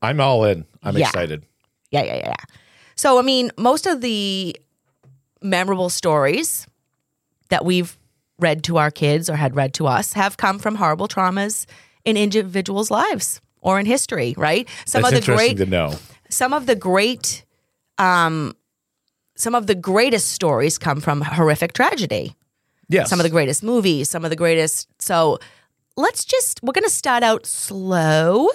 Speaker 3: I'm all in. I'm
Speaker 4: Yeah.
Speaker 3: excited.
Speaker 4: Yeah, yeah, yeah, yeah. So, I mean, most of the memorable stories that we've read to our kids or had read to us have come from horrible traumas in individuals' lives or in history, right? Some
Speaker 3: That's
Speaker 4: of the
Speaker 3: interesting
Speaker 4: great
Speaker 3: to know.
Speaker 4: some of the great um some of the greatest stories come from horrific tragedy.
Speaker 3: Yes.
Speaker 4: Some of the greatest movies, some of the greatest. So, let's just we're going to start out slow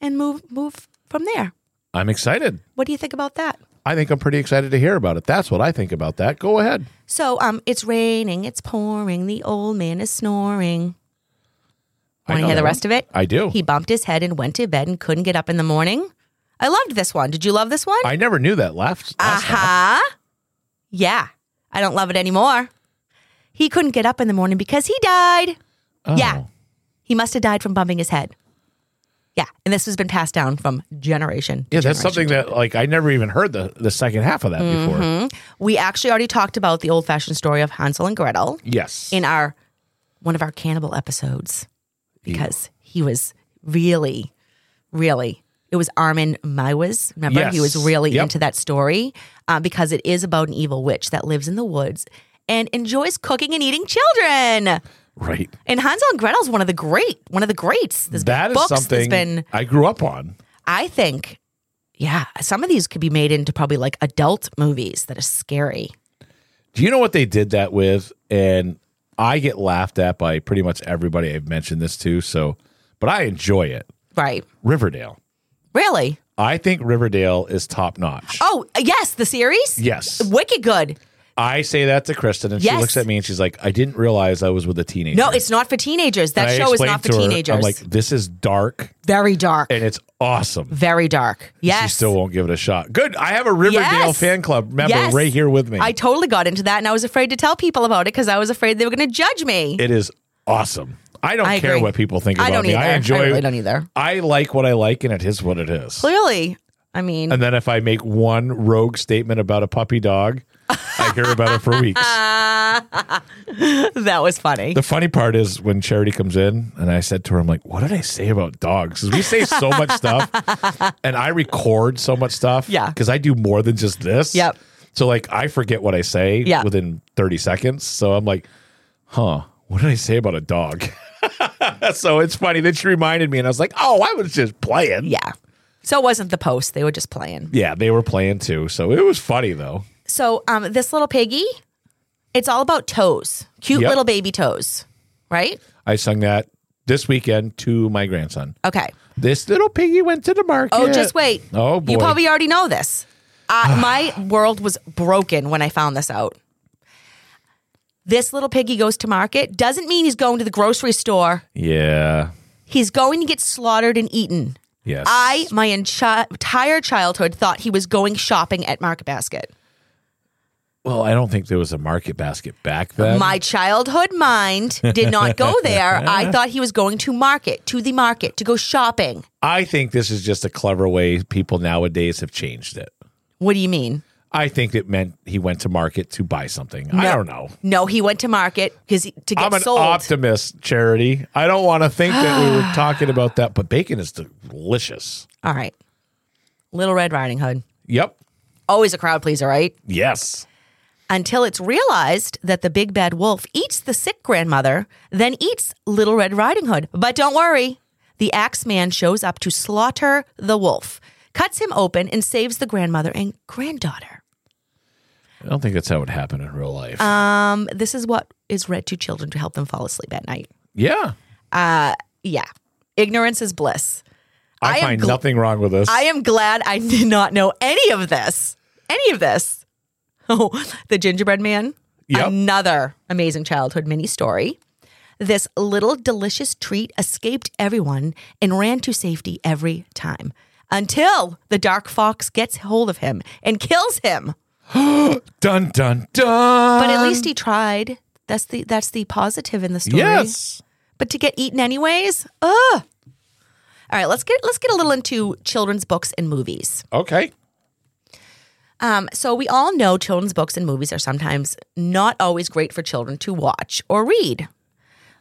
Speaker 4: and move move from there.
Speaker 3: I'm excited.
Speaker 4: What do you think about that?
Speaker 3: I think I'm pretty excited to hear about it. That's what I think about that. Go ahead.
Speaker 4: So, um, it's raining, it's pouring, the old man is snoring.
Speaker 3: I
Speaker 4: Want to
Speaker 3: know
Speaker 4: hear
Speaker 3: that
Speaker 4: the
Speaker 3: one.
Speaker 4: rest of it?
Speaker 3: I do.
Speaker 4: He bumped his head and went to bed and couldn't get up in the morning. I loved this one. Did you love this one?
Speaker 3: I never knew that last. last time.
Speaker 4: Aha. Yeah. I don't love it anymore. He couldn't get up in the morning because he died.
Speaker 3: Oh.
Speaker 4: Yeah. He must have died from bumping his head. Yeah. And this has been passed down from generation. to
Speaker 3: Yeah, that's
Speaker 4: generation.
Speaker 3: something that like I never even heard the the second half of that
Speaker 4: Mm-hmm.
Speaker 3: before.
Speaker 4: We actually already talked about the old fashioned story of Hansel and Gretel.
Speaker 3: Yes.
Speaker 4: in our one of our cannibal episodes because he was really, really. It was Armin Maiwas. Remember, he was
Speaker 3: Yes.
Speaker 4: really
Speaker 3: Yep.
Speaker 4: into that story uh, because it is about an evil witch that lives in the woods and enjoys cooking and eating children.
Speaker 3: right.
Speaker 4: And Hansel and Gretel is one of the great, one of the greats. There's been
Speaker 3: That is
Speaker 4: books, There's
Speaker 3: something
Speaker 4: been,
Speaker 3: I grew up on.
Speaker 4: I think, yeah, some of these could be made into probably like adult movies that are scary.
Speaker 3: Do you know what they did that with? And I get laughed at by pretty much everybody I've mentioned this to. So, but I enjoy it.
Speaker 4: Right.
Speaker 3: Riverdale.
Speaker 4: Really?
Speaker 3: I think Riverdale is top notch.
Speaker 4: Oh, yes, the series?
Speaker 3: Yes.
Speaker 4: Wicked good.
Speaker 3: I say that to Kristen, and
Speaker 4: Yes.
Speaker 3: she looks at me and she's like, "I didn't realize I was with a teenager."
Speaker 4: No, it's not for teenagers. That
Speaker 3: And I
Speaker 4: show is
Speaker 3: explained
Speaker 4: not for
Speaker 3: to her,
Speaker 4: teenagers.
Speaker 3: I'm like, "This is dark
Speaker 4: very dark.
Speaker 3: and it's awesome."
Speaker 4: Very dark.
Speaker 3: She
Speaker 4: Yes.
Speaker 3: still won't give it a shot. Good. I have a Riverdale
Speaker 4: Yes.
Speaker 3: fan club member
Speaker 4: Yes.
Speaker 3: right here with me.
Speaker 4: I totally got into that and I was afraid to tell people about it because I was afraid they were going to judge me.
Speaker 3: it is awesome. I don't
Speaker 4: I
Speaker 3: care
Speaker 4: agree.
Speaker 3: what people think about
Speaker 4: I don't
Speaker 3: me.
Speaker 4: either.
Speaker 3: I enjoy.
Speaker 4: really don't either.
Speaker 3: I like what I like, and it is what it is.
Speaker 4: Clearly. I mean,
Speaker 3: And then if I make one rogue statement about a puppy dog, I hear about it for weeks.
Speaker 4: that was funny.
Speaker 3: The funny part is when Charity comes in and I said to her, I'm like, what did I say about dogs? 'Cause we say so much stuff and I record so much stuff.
Speaker 4: Yeah.
Speaker 3: Because I do more than just this.
Speaker 4: Yep.
Speaker 3: So like I forget what I say
Speaker 4: Yeah.
Speaker 3: within 30 seconds. So I'm like, huh, what did I say about a dog? so it's funny that she reminded me and I was like, oh, I was just playing.
Speaker 4: yeah. So it wasn't the post. They were just playing.
Speaker 3: Yeah, they were playing too. So it was funny though.
Speaker 4: So um, this little piggy, it's all about toes. Cute
Speaker 3: Yep.
Speaker 4: little baby toes. Right?
Speaker 3: I sung that this weekend to my grandson.
Speaker 4: Okay.
Speaker 3: This little piggy went to the market.
Speaker 4: Oh, just wait.
Speaker 3: Oh, boy.
Speaker 4: You probably already know this. Uh, my world was broken when I found this out. This little piggy goes to market doesn't mean he's going to the grocery store.
Speaker 3: Yeah.
Speaker 4: He's going to get slaughtered and eaten.
Speaker 3: Yes.
Speaker 4: I, my enchi- entire childhood, thought he was going shopping at Market Basket.
Speaker 3: Well, I don't think there was a market basket back then.
Speaker 4: My childhood mind did not go there. I thought he was going to market, to the market, to go shopping.
Speaker 3: I think this is just a clever way people nowadays have changed it.
Speaker 4: What do you mean?
Speaker 3: I think it meant he went to market to buy something. I don't know.
Speaker 4: No, he went to market because to get
Speaker 3: I'm an
Speaker 4: sold.
Speaker 3: optimist, Charity. I don't want to think that we were talking about that, but bacon is delicious.
Speaker 4: All right. Little Red Riding Hood.
Speaker 3: Yep.
Speaker 4: Always a crowd pleaser, right?
Speaker 3: Yes.
Speaker 4: Until it's realized that the big bad wolf eats the sick grandmother, then eats Little Red Riding Hood. But don't worry, the axeman shows up to slaughter the wolf, cuts him open, and saves the grandmother and granddaughter.
Speaker 3: I don't think that's how it happened in real life.
Speaker 4: Um, this is what is read to children to help them fall asleep at night.
Speaker 3: yeah.
Speaker 4: Yeah. Ignorance is bliss. I
Speaker 3: I,
Speaker 4: am
Speaker 3: find
Speaker 4: gl-
Speaker 3: nothing wrong with this.
Speaker 4: I am glad I did not know any of this. Any of this. Oh, the gingerbread man.
Speaker 3: Yep.
Speaker 4: Another amazing childhood mini story. This little delicious treat escaped everyone and ran to safety every time until the dark fox gets hold of him and kills him.
Speaker 3: dun, dun, dun.
Speaker 4: But at least
Speaker 3: Um,
Speaker 4: he tried. That's the that's the positive in the story.
Speaker 3: Yes.
Speaker 4: but to get eaten anyways. Ugh. All right, let's get let's get a little into children's books and movies.
Speaker 3: Okay.
Speaker 4: Um, so we all know children's books and movies are sometimes not always great for children to watch or read.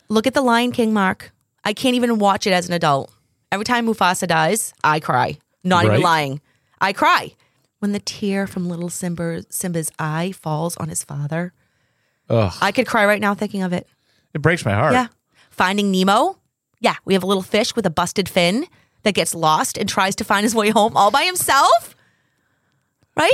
Speaker 4: Look at the Lion King, Mark. I can't even watch it as an adult. Every time Mufasa dies, I cry. Not
Speaker 3: Right.
Speaker 4: even lying, I cry when the tear from little Simba, Simba's eye falls on his father. I could cry right now thinking of it.
Speaker 3: It breaks my heart.
Speaker 4: Yeah. Finding Nemo. Yeah, we have a little fish with a busted fin that gets lost and tries to find his way home all by himself. Right?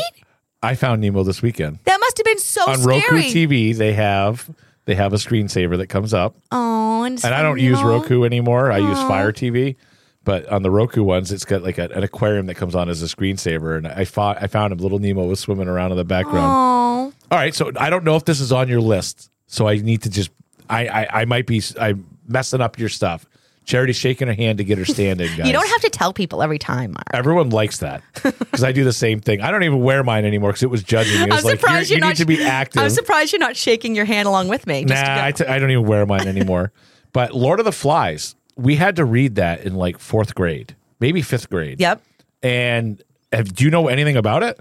Speaker 3: I found Nemo this weekend.
Speaker 4: That must have been so
Speaker 3: on
Speaker 4: Oh, scary.
Speaker 3: Roku TV, they have they have a screensaver that comes up.
Speaker 4: Oh, and,
Speaker 3: and I don't
Speaker 4: Nemo.
Speaker 3: use Roku anymore. I use Fire TV. But on the Roku ones, it's got like a- an aquarium that comes on as a screensaver, and I fought, I found him. Little Nemo was swimming around in the background.
Speaker 4: Oh,
Speaker 3: All right, so I don't know if this is on your list, so I need to just I I, I might be I'm messing up your stuff. Charity's shaking her hand to get her stand in, guys.
Speaker 4: you don't have to tell people every time, Mark.
Speaker 3: Everyone likes that because I do the same thing. I don't even wear mine anymore because it was judging me. It was like "You're- you need to be active.
Speaker 4: I'm surprised you're not shaking your hand along with me. just to
Speaker 3: Nah,
Speaker 4: go-
Speaker 3: I, t- I don't even wear mine anymore. but Lord of the Flies, we had to read that in like fourth grade, maybe fifth grade.
Speaker 4: yep.
Speaker 3: And have, do you know anything about it?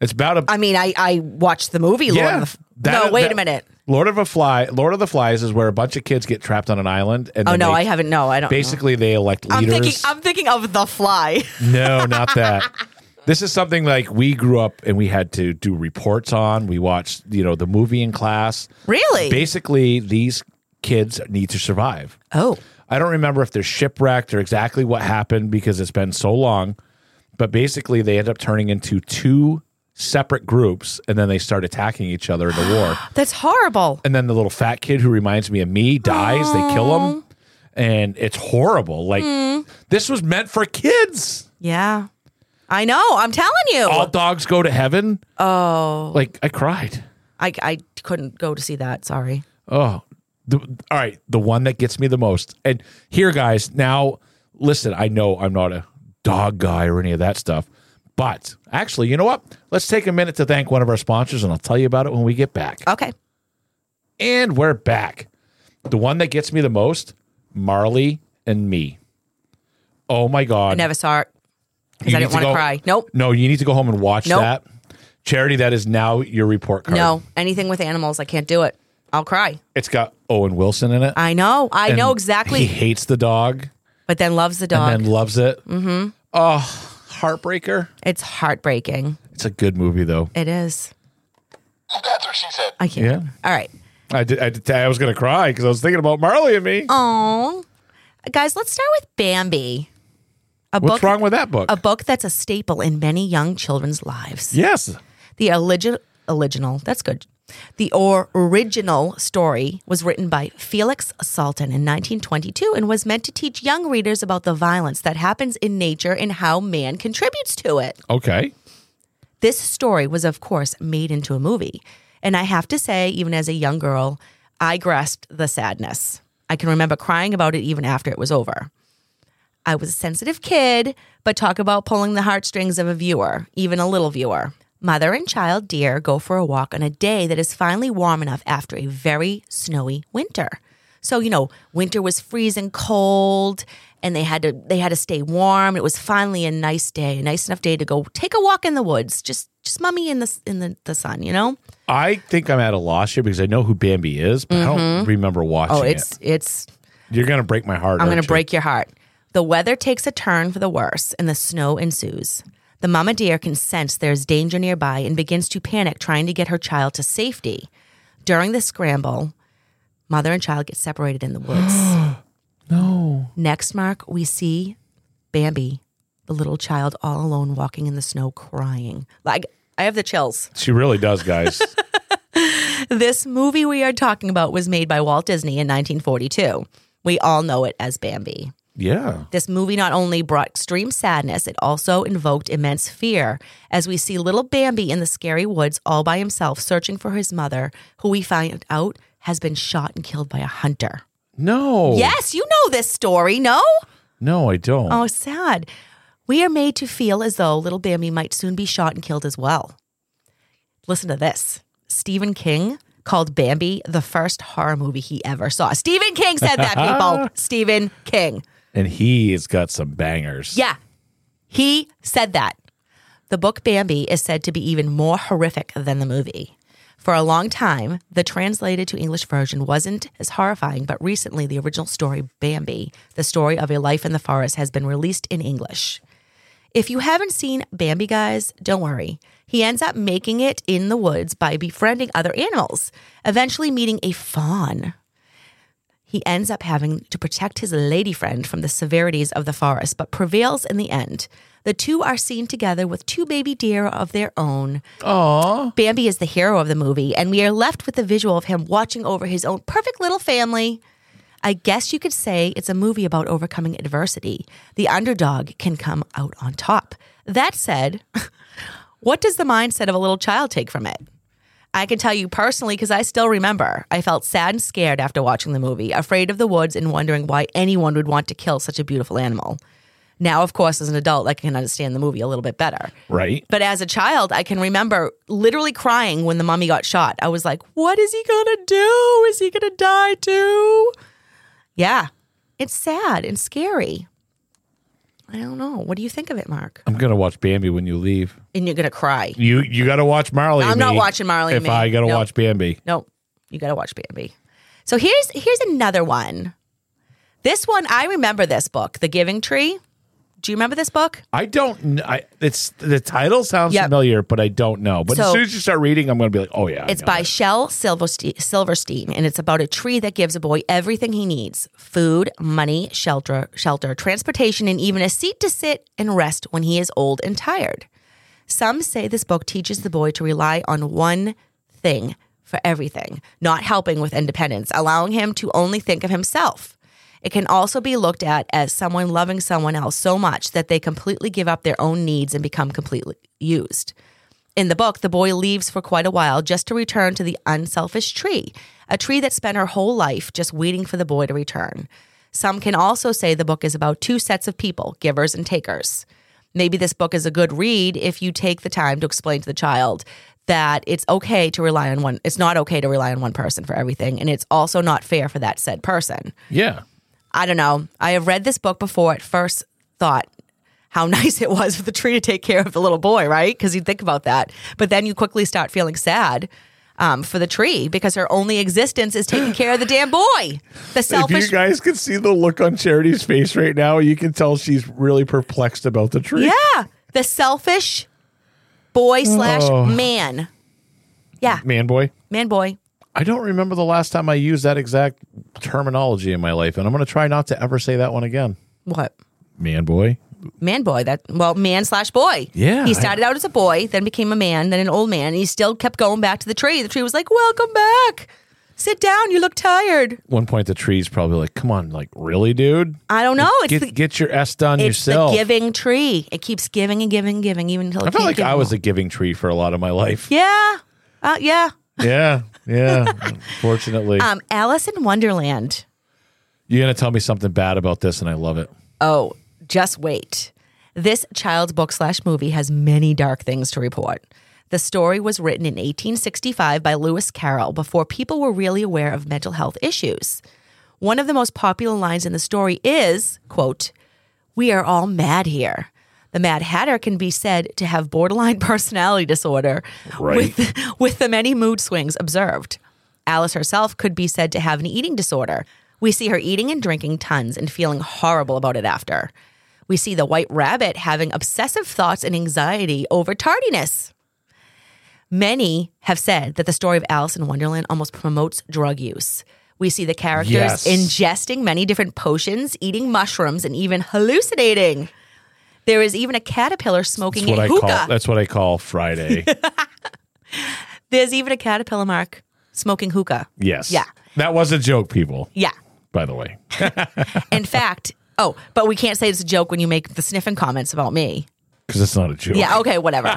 Speaker 3: It's about a
Speaker 4: I mean, I I watched the movie. Lord of the F-
Speaker 3: that-
Speaker 4: no, wait
Speaker 3: that-
Speaker 4: a minute.
Speaker 3: Lord of a Fly, Lord of the Flies is where a bunch of kids get trapped on an island. And
Speaker 4: Oh
Speaker 3: then
Speaker 4: no,
Speaker 3: they-
Speaker 4: I haven't. No, I don't. know.
Speaker 3: Basically, they elect
Speaker 4: I'm
Speaker 3: leaders.
Speaker 4: thinking. I'm thinking of The Fly.
Speaker 3: no, not that. This is something like we grew up and we had to do reports on. We watched, you know, the movie in class.
Speaker 4: Really?
Speaker 3: Basically, these kids need to survive.
Speaker 4: oh,
Speaker 3: I don't remember if they're shipwrecked or exactly what happened because it's been so long. But basically, they end up turning into two separate groups and then they start attacking each other in the war.
Speaker 4: that's horrible.
Speaker 3: And then the little fat kid who reminds me of me dies. They kill him. And it's horrible. Like, this was meant for kids.
Speaker 4: Yeah. I know. I'm telling you.
Speaker 3: All dogs go to heaven. Oh. Like, I cried.
Speaker 4: I, I couldn't go to see that. Sorry.
Speaker 3: Oh, the, all right. The one that gets me the most. And here, guys, now listen, I know I'm not a dog guy or any of that stuff, but actually, you know what? Let's take a minute to thank one of our sponsors, and I'll tell you about it when we get back.
Speaker 4: Okay.
Speaker 3: And we're back. The one that gets me the most Marley and me. Oh, my God.
Speaker 4: I never saw it because
Speaker 3: You
Speaker 4: I
Speaker 3: need
Speaker 4: didn't want to
Speaker 3: go-
Speaker 4: cry. Nope.
Speaker 3: No, you need to go home and watch
Speaker 4: Nope.
Speaker 3: that. Charity, that is now your report card.
Speaker 4: No. Anything with animals, I can't do it. I'll cry.
Speaker 3: It's got Owen Wilson in it.
Speaker 4: I know. I know
Speaker 3: And He
Speaker 4: exactly.
Speaker 3: hates the dog.
Speaker 4: but then loves the dog.
Speaker 3: and then loves it. Mm-hmm. Oh, Heartbreaker.
Speaker 4: it's heartbreaking.
Speaker 3: It's a good movie, though.
Speaker 4: It is.
Speaker 2: That's what she said.
Speaker 4: I can't.
Speaker 3: Yeah.
Speaker 4: All right.
Speaker 3: I did, I, did, I was going to cry because I was thinking about Marley and me.
Speaker 4: Oh, guys, let's start with Bambi. A
Speaker 3: What's
Speaker 4: book.
Speaker 3: wrong with that book?
Speaker 4: A book that's a staple in many young children's lives.
Speaker 3: yes.
Speaker 4: The origi- original, that's good. The or- original story was written by Felix Salten in 1922 and was meant to teach young readers about the violence that happens in nature and how man contributes to it.
Speaker 3: Okay.
Speaker 4: This story was, of course, made into a movie. And I have to say, even as a young girl, I grasped the sadness. I can remember crying about it even after it was over. I was a sensitive kid, but talk about pulling the heartstrings of a viewer, even a little viewer. Mother and child deer go for a walk on a day that is finally warm enough after a very snowy winter. So, you know, winter was freezing cold and they had to they had to stay warm. It was finally a nice day, a nice enough day to go take a walk in the woods. Just just mummy in the in the, the sun, you know?
Speaker 3: I think I'm at a loss here because I know who Bambi is, but I don't remember watching
Speaker 4: Oh, it's
Speaker 3: it.
Speaker 4: it's
Speaker 3: You're gonna break my heart.
Speaker 4: I'm going
Speaker 3: aren't
Speaker 4: to
Speaker 3: you?
Speaker 4: break your heart. The weather takes a turn for the worse and the snow ensues. The mama deer can sense there is danger nearby and begins to panic, trying to get her child to safety. During the scramble, mother and child get separated in the woods. no. Next, Mark, we see Bambi, the little child, all alone walking in the snow crying. Like, I have the chills.
Speaker 3: She really does, guys.
Speaker 4: This movie we are talking about was made by Walt Disney in 1942. We all know it as Bambi.
Speaker 3: yeah.
Speaker 4: This movie not only brought extreme sadness, it also invoked immense fear as we see little Bambi in the scary woods all by himself searching for his mother, who we find out has been shot and killed by a hunter.
Speaker 3: No.
Speaker 4: Yes, you know this story, no?
Speaker 3: No, I don't.
Speaker 4: Oh, sad. We are made to feel as though little Bambi might soon be shot and killed as well. Listen to this Stephen King called Bambi the first horror movie he ever saw. Stephen King said that, people. Stephen King.
Speaker 3: And he's got some bangers.
Speaker 4: Yeah. He said that. The book Bambi is said to be even more horrific than the movie. For a long time, the translated to English version wasn't as horrifying, but recently the original story, Bambi, the story of a life in the forest, has been released in English. If you haven't seen Bambi, guys, don't worry. He ends up making it in the woods by befriending other animals, eventually meeting a fawn. He ends up having to protect his lady friend from the severities of the forest, but prevails in the end. The two are seen together with two baby deer of their own. Aww. Bambi is the hero of the movie, and we are left with the visual of him watching over his own perfect little family. I guess you could say it's a movie about overcoming adversity. The underdog can come out on top. That said, what does the mindset of a little child take from it? I can tell you personally because I still remember. I felt sad and scared after watching the movie, afraid of the woods and wondering why anyone would want to kill such a beautiful animal. Now, of course, as an adult, I can understand the movie a little bit better.
Speaker 3: Right?
Speaker 4: But as a child, I can remember literally crying when the mummy got shot. I was like, what is he going to do? Is he going to die too? Yeah. It's sad and scary. I don't know. What do you think of it, Mark?
Speaker 3: I'm gonna watch Bambi when you leave.
Speaker 4: And you're going to cry.
Speaker 3: You you gotta watch Marley. and
Speaker 4: I'm not
Speaker 3: me
Speaker 4: watching Marley and
Speaker 3: If
Speaker 4: Me.
Speaker 3: I gotta
Speaker 4: Nope.
Speaker 3: watch Bambi.
Speaker 4: Nope. You got to watch Bambi. So here's here's another one. This one I remember this book, The Giving Tree. Do you remember this book?
Speaker 3: I don't. kn- I it's the title sounds
Speaker 4: Yep.
Speaker 3: familiar, but I don't know. But as
Speaker 4: So-
Speaker 3: soon as you start reading, I'm gonna be like, oh yeah, I
Speaker 4: It's
Speaker 3: know
Speaker 4: by
Speaker 3: it.
Speaker 4: Shel Silverstein, Silverstein, and it's about a tree that gives a boy everything he needs: food, money, shelter, shelter, transportation, and even a seat to sit and rest when he is old and tired. Some say this book teaches the boy to rely on one thing for everything, not helping with independence, allowing him to only think of himself. It can also be looked at as someone loving someone else so much that they completely give up their own needs and become completely used. In the book, the boy leaves for quite a while just to return to the unselfish tree, a tree that spent her whole life just waiting for the boy to return. Some can also say the book is about two sets of people, givers and takers. Maybe this book is a good read if you take the time to explain to the child that it's okay to rely on one, it's not okay to rely on one person for everything, and it's also not fair for that said person.
Speaker 3: yeah.
Speaker 4: I don't know. I have read this book before at first thought how nice it was for the tree to take care of the little boy, right? Because you'd think about that. But then you quickly start feeling sad um, for the tree because her only existence is taking care of the damn boy. The
Speaker 3: If
Speaker 4: selfish.
Speaker 3: you guys can see the look on Charity's face right now, you can tell she's really perplexed about the tree.
Speaker 4: yeah. The selfish boy slash
Speaker 3: Oh.
Speaker 4: man. Yeah.
Speaker 3: Man, boy,
Speaker 4: Man boy.
Speaker 3: I don't remember the last time I used that exact terminology in my life, and I'm gonna try not to ever say that one again.
Speaker 4: What?
Speaker 3: Man, boy.
Speaker 4: Man boy. That well, man slash boy.
Speaker 3: Yeah,
Speaker 4: He
Speaker 3: I-
Speaker 4: started out as a boy, then became a man, then an old man, and he still kept going back to the tree. The tree was like, Welcome back. Sit down, you look tired.
Speaker 3: One point, the tree's probably like, come on, like really, dude.
Speaker 4: I don't know. It's
Speaker 3: Get,
Speaker 4: the
Speaker 3: get your S done
Speaker 4: it's the
Speaker 3: yourself.
Speaker 4: giving tree. It keeps giving and giving and giving, even until it
Speaker 3: I felt
Speaker 4: can't
Speaker 3: like
Speaker 4: give
Speaker 3: I was
Speaker 4: more.
Speaker 3: a giving tree for a lot of my life.
Speaker 4: yeah, uh, yeah.
Speaker 3: Yeah, yeah. Fortunately,
Speaker 4: Um, Alice in Wonderland.
Speaker 3: you're gonna tell me something bad about this, and I love it.
Speaker 4: Oh, just wait. This child's book slash movie has many dark things to report. The story was written in 1865 by Lewis Carroll before people were really aware of mental health issues. One of the most popular lines in the story is, quote, "We are all mad here." The Mad Hatter can be said to have borderline personality disorder with with the many mood swings observed. Alice herself could be said to have an eating disorder. We see her eating and drinking tons and feeling horrible about it after. We see the white rabbit having obsessive thoughts and anxiety over tardiness. Many have said that the story of Alice in Wonderland almost promotes drug use. We see the characters
Speaker 3: Yes.
Speaker 4: ingesting many different potions, eating mushrooms, and even hallucinating. There is even a caterpillar smoking
Speaker 3: That's what
Speaker 4: a
Speaker 3: I
Speaker 4: hookah.
Speaker 3: call. That's what I call Friday.
Speaker 4: There's even a caterpillar mark smoking hookah.
Speaker 3: yes.
Speaker 4: Yeah.
Speaker 3: That was a joke, people.
Speaker 4: Yeah.
Speaker 3: By the way,
Speaker 4: In fact, oh, but we can't say it's a joke when you make the sniffing comments about me.
Speaker 3: because it's not a joke.
Speaker 4: Yeah, okay, whatever.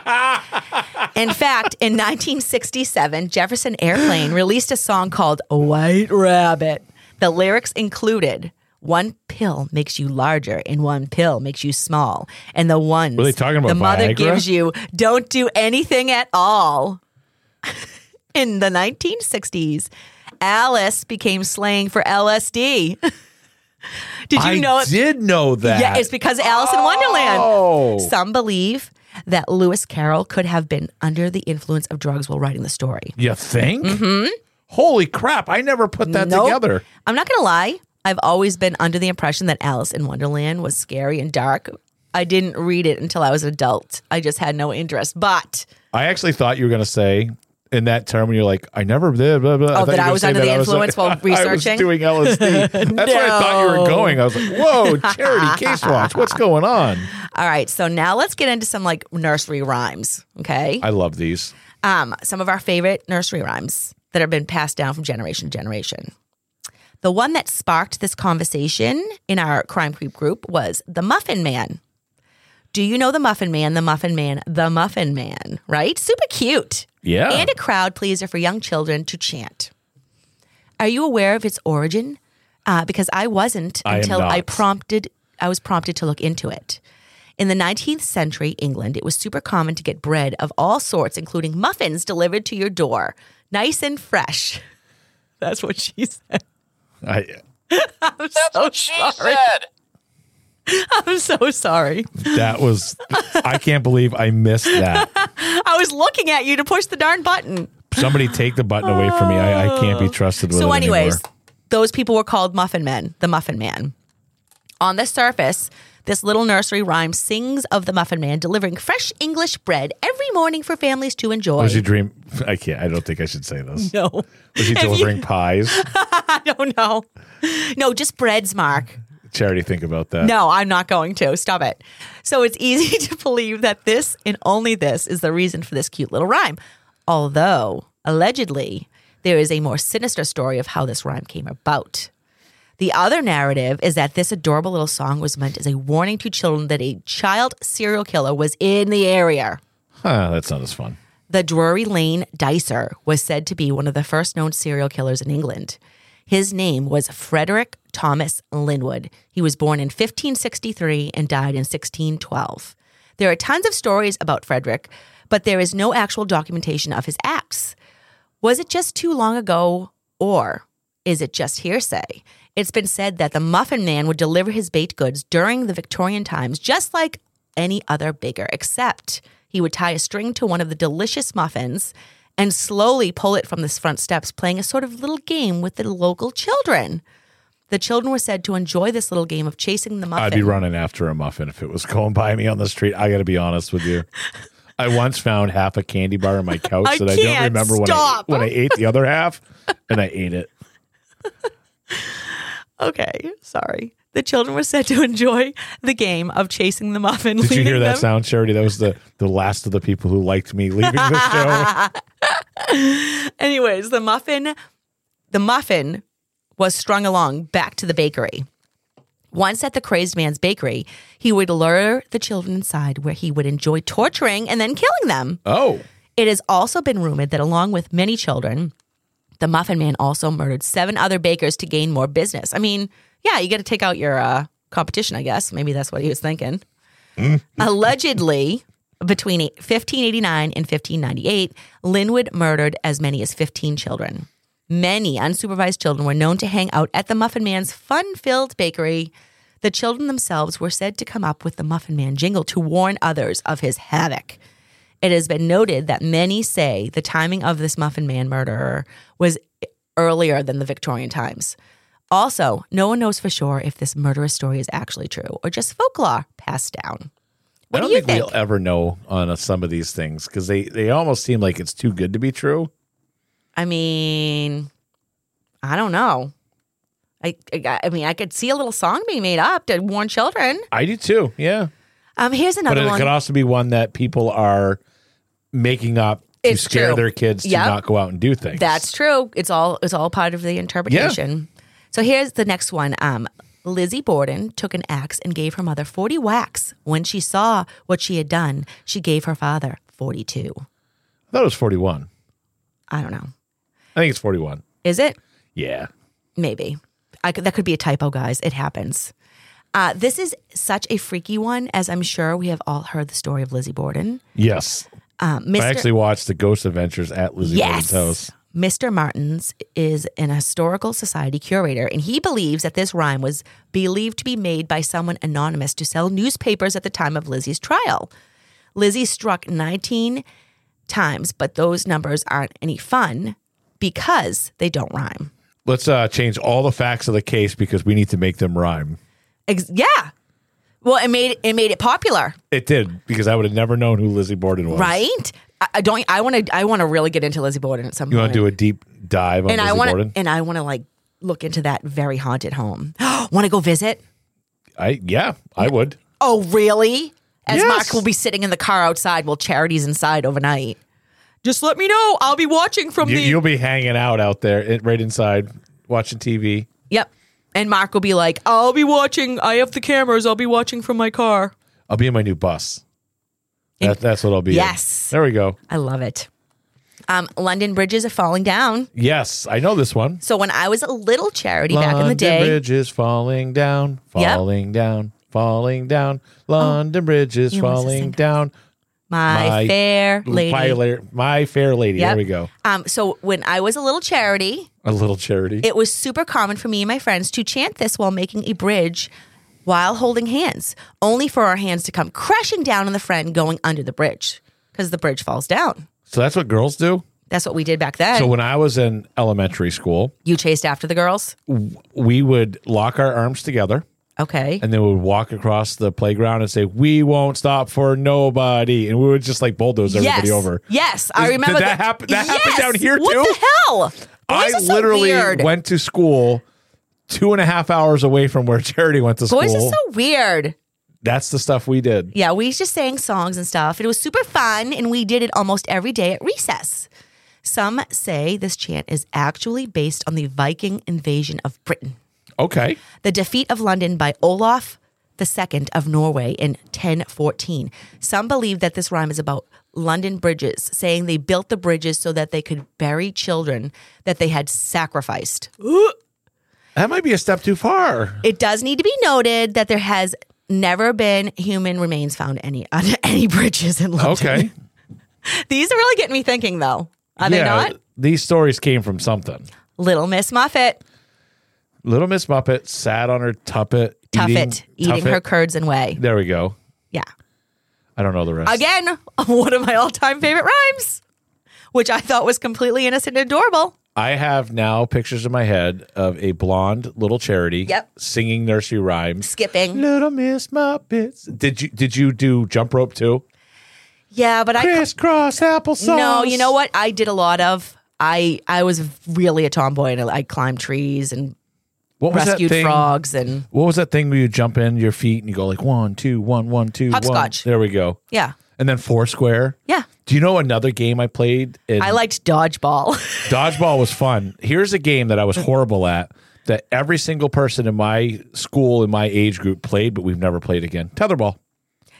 Speaker 4: In fact, in 1967, Jefferson Airplane released a song called White Rabbit. The lyrics included one pill makes you larger and one pill makes you small. And the ones
Speaker 3: Were they talking about
Speaker 4: the mother
Speaker 3: Viagra?
Speaker 4: gives you don't do anything at all. in the 1960s, Alice became slang for LSD. Did you
Speaker 3: I
Speaker 4: know it?
Speaker 3: did Oh. know that.
Speaker 4: Yeah, it's because of Alice in Wonderland. Some believe that Lewis Carroll could have been under the influence of drugs while writing the story.
Speaker 3: You think? Mm-hmm. Holy crap! I never put that
Speaker 4: Nope.
Speaker 3: together.
Speaker 4: I'm not going to lie. I've always been under the impression that Alice in Wonderland was scary and dark. I didn't read it until I was an adult. I just had no interest. But
Speaker 3: I actually thought you were going to say in that term, and you're like, I never did. Blah, blah.
Speaker 4: Oh,
Speaker 3: thought
Speaker 4: that
Speaker 3: you
Speaker 4: I
Speaker 3: were
Speaker 4: was
Speaker 3: saying
Speaker 4: under the
Speaker 3: that I
Speaker 4: influence while
Speaker 3: I was
Speaker 4: researching?
Speaker 3: doing LSD. That's where I thought you were
Speaker 4: No.
Speaker 3: going. I was like, whoa, charity case watch. What's going on?
Speaker 4: all right, so now let's get into some like nursery rhymes, okay?
Speaker 3: I love these.
Speaker 4: um, some of our favorite nursery rhymes that have been passed down from generation to generation. The one that sparked this conversation in our Crime Creep group was The Muffin Man. Do you know The Muffin Man, The Muffin Man, The Muffin Man, right? Super cute.
Speaker 3: Yeah.
Speaker 4: And a crowd pleaser for young children to chant. Are you aware of its origin? Uh, because I wasn't
Speaker 3: I am
Speaker 4: until I
Speaker 3: not.
Speaker 4: prompted. I was prompted to look into it. In the 19th century England, it was super common to get bread of all sorts, including muffins, delivered to your door, nice and fresh. That's what she said.
Speaker 3: I,
Speaker 4: I'm so sorry.
Speaker 3: that was, I can't believe I missed that.
Speaker 4: I was looking at you to push the darn button.
Speaker 3: Somebody take the button away from me. I, I can't be trusted with
Speaker 4: So,
Speaker 3: it anymore.
Speaker 4: anyways, those people were called Muffin Men, the Muffin Man. On the surface, this little nursery rhyme sings of the Muffin Man delivering fresh English bread every morning for families to enjoy.
Speaker 3: Was your dream? I can't. I don't think I should say this.
Speaker 4: no,
Speaker 3: Was he delivering pies?
Speaker 4: I don't know. No, just breads, Mark.
Speaker 3: Charity, think about that.
Speaker 4: No, I'm not going to. Stop it. So it's easy to believe that this and only this is the reason for this cute little rhyme. Although, allegedly, there is a more sinister story of how this rhyme came about. The other narrative is that this adorable little song was meant as a warning to children that a child serial killer was in the area.
Speaker 3: Huh, that's not as fun.
Speaker 4: The Drury Lane Dicer was said to be one of the first known serial killers in England. His name was Frederick Thomas Linwood. He was born in 1563 and died in 1612. There are tons of stories about Frederick, but there is no actual documentation of his acts. Was it just too long ago, or is it just hearsay? It's been said that the Muffin Man would deliver his baked goods during the Victorian times, just like any other baker, except he would tie a string to one of the delicious muffins and slowly pull it from the front steps, playing a sort of little game with the local children. The children were said to enjoy this little game of chasing the muffin.
Speaker 3: I'd be running after a muffin if it was going by me on the street. I got to be honest with you. I once found half a candy bar on my couch
Speaker 4: I
Speaker 3: that I don't
Speaker 4: can't
Speaker 3: remember when I,
Speaker 4: stop.
Speaker 3: when I ate the other half, and I ate it.
Speaker 4: Okay, sorry. The children were said to enjoy the game of chasing the muffin.
Speaker 3: Did you
Speaker 4: leading
Speaker 3: hear that
Speaker 4: them-
Speaker 3: sound, Charity? That was the the last of the people who liked me leaving the show.
Speaker 4: Anyways, the muffin, the muffin was strung along back to the bakery. Once at the crazed man's bakery, he would lure the children inside where he would enjoy torturing and then killing them.
Speaker 3: Oh,
Speaker 4: It has also been rumored that along with many children, the muffin man also murdered seven other bakers to gain more business. I mean, yeah, you got to take out your uh, competition, I guess. Maybe that's what he was thinking. Allegedly, between 1589 and 1598, Linwood murdered as many as 15 children. Many unsupervised children were known to hang out at the Muffin Man's fun filled bakery. The children themselves were said to come up with the Muffin Man jingle to warn others of his havoc. It has been noted that many say the timing of this Muffin Man murderer was earlier than the Victorian times. Also, no one knows for sure if this murderous story is actually true or just folklore passed down. What
Speaker 3: I don't
Speaker 4: do you
Speaker 3: think, we'll ever know on uh, some of these things because they, they almost seem like it's too good to be true.
Speaker 4: I mean, I don't know. I, I, I mean, I could see a little song being made up to warn children.
Speaker 3: I do too. Yeah.
Speaker 4: Um, here's
Speaker 3: But
Speaker 4: another
Speaker 3: it
Speaker 4: one.
Speaker 3: could also be one that people are making up to
Speaker 4: It's
Speaker 3: scare
Speaker 4: true.
Speaker 3: their kids
Speaker 4: Yep.
Speaker 3: to not go out and do things.
Speaker 4: That's true. It's all it's all part of the interpretation. So here's the next one. Um, Lizzie Borden took an axe and gave her mother 40 whacks. When she saw what she had done, she gave her father 42.
Speaker 3: I thought it was 41.
Speaker 4: I don't know.
Speaker 3: I think it's 41.
Speaker 4: Is it?
Speaker 3: Yeah.
Speaker 4: Maybe. I could, that could be a typo, guys. It happens. Uh, this is such a freaky one, as I'm sure we have all heard the story of Lizzie Borden.
Speaker 3: Yes.
Speaker 4: Um, Mr.
Speaker 3: I actually watched the Ghost Adventures at Lizzie Borden's house.
Speaker 4: Mr. Martins is an historical society curator, and he believes that this rhyme was believed to be made by someone anonymous to sell newspapers at the time of Lizzie's trial. Lizzie struck 19 times, but those numbers aren't any fun because they don't rhyme.
Speaker 3: Let's uh, change all the facts of the case because we need to make them rhyme.
Speaker 4: Ex- yeah. Well, it made it made it popular,
Speaker 3: It did because I would have never known who Lizzie Borden was.
Speaker 4: right? I, I don't. I want to. I want to really get into Lizzie Borden at some
Speaker 3: You
Speaker 4: point.
Speaker 3: want to do a deep dive on
Speaker 4: and
Speaker 3: Lizzie
Speaker 4: I want
Speaker 3: Borden?
Speaker 4: to. And I want to like look into that very haunted home. want to go visit?
Speaker 3: I yeah, I would.
Speaker 4: Oh, really? As
Speaker 3: Yes.
Speaker 4: Mark will be sitting in the car outside while Charity's inside overnight. Just let me know. I'll be watching from
Speaker 3: You,
Speaker 4: the.
Speaker 3: you'll be hanging out out there, it- right inside, watching TV.
Speaker 4: Yep. And Mark will be like, I'll be watching. I have the cameras. I'll be watching from my car.
Speaker 3: I'll be in my new bus. That, that's what I'll be. in.
Speaker 4: Yes.
Speaker 3: There we go.
Speaker 4: I love it. Um, London bridges are falling down.
Speaker 3: Yes, I know this one.
Speaker 4: So when I was a little charity back in the
Speaker 3: London
Speaker 4: day,
Speaker 3: Bridge is falling down,
Speaker 4: Yep. Oh,
Speaker 3: falling down, falling down. London Bridge is
Speaker 4: You want us to
Speaker 3: falling
Speaker 4: sing.
Speaker 3: down.
Speaker 4: my,
Speaker 3: My
Speaker 4: fair lady.
Speaker 3: My, la- my fair lady.
Speaker 4: Yep.
Speaker 3: There we go.
Speaker 4: Um, so when I was a little charity,
Speaker 3: A little charity.
Speaker 4: It was super common for me and my friends to chant this while making a bridge while holding hands, only for our hands to come crashing down on the friend going under the bridge because the bridge falls down.
Speaker 3: so that's what girls do.
Speaker 4: That's what we did back then.
Speaker 3: So when I was in elementary school,
Speaker 4: you chased after the girls?
Speaker 3: we would lock our arms together
Speaker 4: Okay.
Speaker 3: and then we would walk across the playground and say, "We won't stop for nobody," and we would just like bulldoze everybody
Speaker 4: yes.
Speaker 3: over.
Speaker 4: Yes, I
Speaker 3: Is- did
Speaker 4: remember
Speaker 3: that happen- that happened
Speaker 4: Yes!
Speaker 3: down here,
Speaker 4: what
Speaker 3: too?
Speaker 4: the hell? Boys
Speaker 3: I
Speaker 4: are so
Speaker 3: literally
Speaker 4: weird.
Speaker 3: went to school two and a half hours away from where Charity went to school.
Speaker 4: Boys are so weird.
Speaker 3: That's the stuff we did.
Speaker 4: Yeah, we just sang songs and stuff. It was super fun, and we did it almost every day at recess. Some say this chant is actually based on the Viking invasion of Britain,
Speaker 3: Okay,
Speaker 4: the defeat of London by Olaf II of Norway in 1014. Some believe that this rhyme is about London bridges, saying they built the bridges so that they could bury children that they had sacrificed.
Speaker 3: that might be a step too far.
Speaker 4: It does need to be noted that there has never been human remains found any on any bridges in London.
Speaker 3: Okay,
Speaker 4: These are really getting me thinking, though. Are they
Speaker 3: Yeah,
Speaker 4: not?
Speaker 3: These stories came from something.
Speaker 4: Little Miss Muffet,
Speaker 3: Little Miss Muppet sat on her tuppet,
Speaker 4: Tuffet, eating,
Speaker 3: tuffet.
Speaker 4: her curds and whey.
Speaker 3: There we go.
Speaker 4: Yeah.
Speaker 3: I don't know the rest.
Speaker 4: Again, one of my all time favorite rhymes, which I thought was completely innocent and adorable.
Speaker 3: I have now pictures in my head of a blonde little charity
Speaker 4: Yep.
Speaker 3: singing nursery rhymes.
Speaker 4: Skipping.
Speaker 3: Little Miss Muppets. Did you did you do jump rope too?
Speaker 4: Yeah, but I.
Speaker 3: Crisscross applesauce.
Speaker 4: No, you know what? I did a lot of. I I was really a tomboy and I climbed trees and
Speaker 3: What was
Speaker 4: rescued
Speaker 3: that thing?
Speaker 4: frogs and
Speaker 3: What was that thing where you jump in your feet and you go like one, two, one, one, two, one.
Speaker 4: Hopscotch.
Speaker 3: There we go.
Speaker 4: yeah.
Speaker 3: And then foursquare.
Speaker 4: Yeah.
Speaker 3: Do you know another game I played? In
Speaker 4: I liked dodgeball.
Speaker 3: dodgeball was fun. Here's a game that I was horrible at that every single person in my school in my age group played, but we've never played again. Tetherball.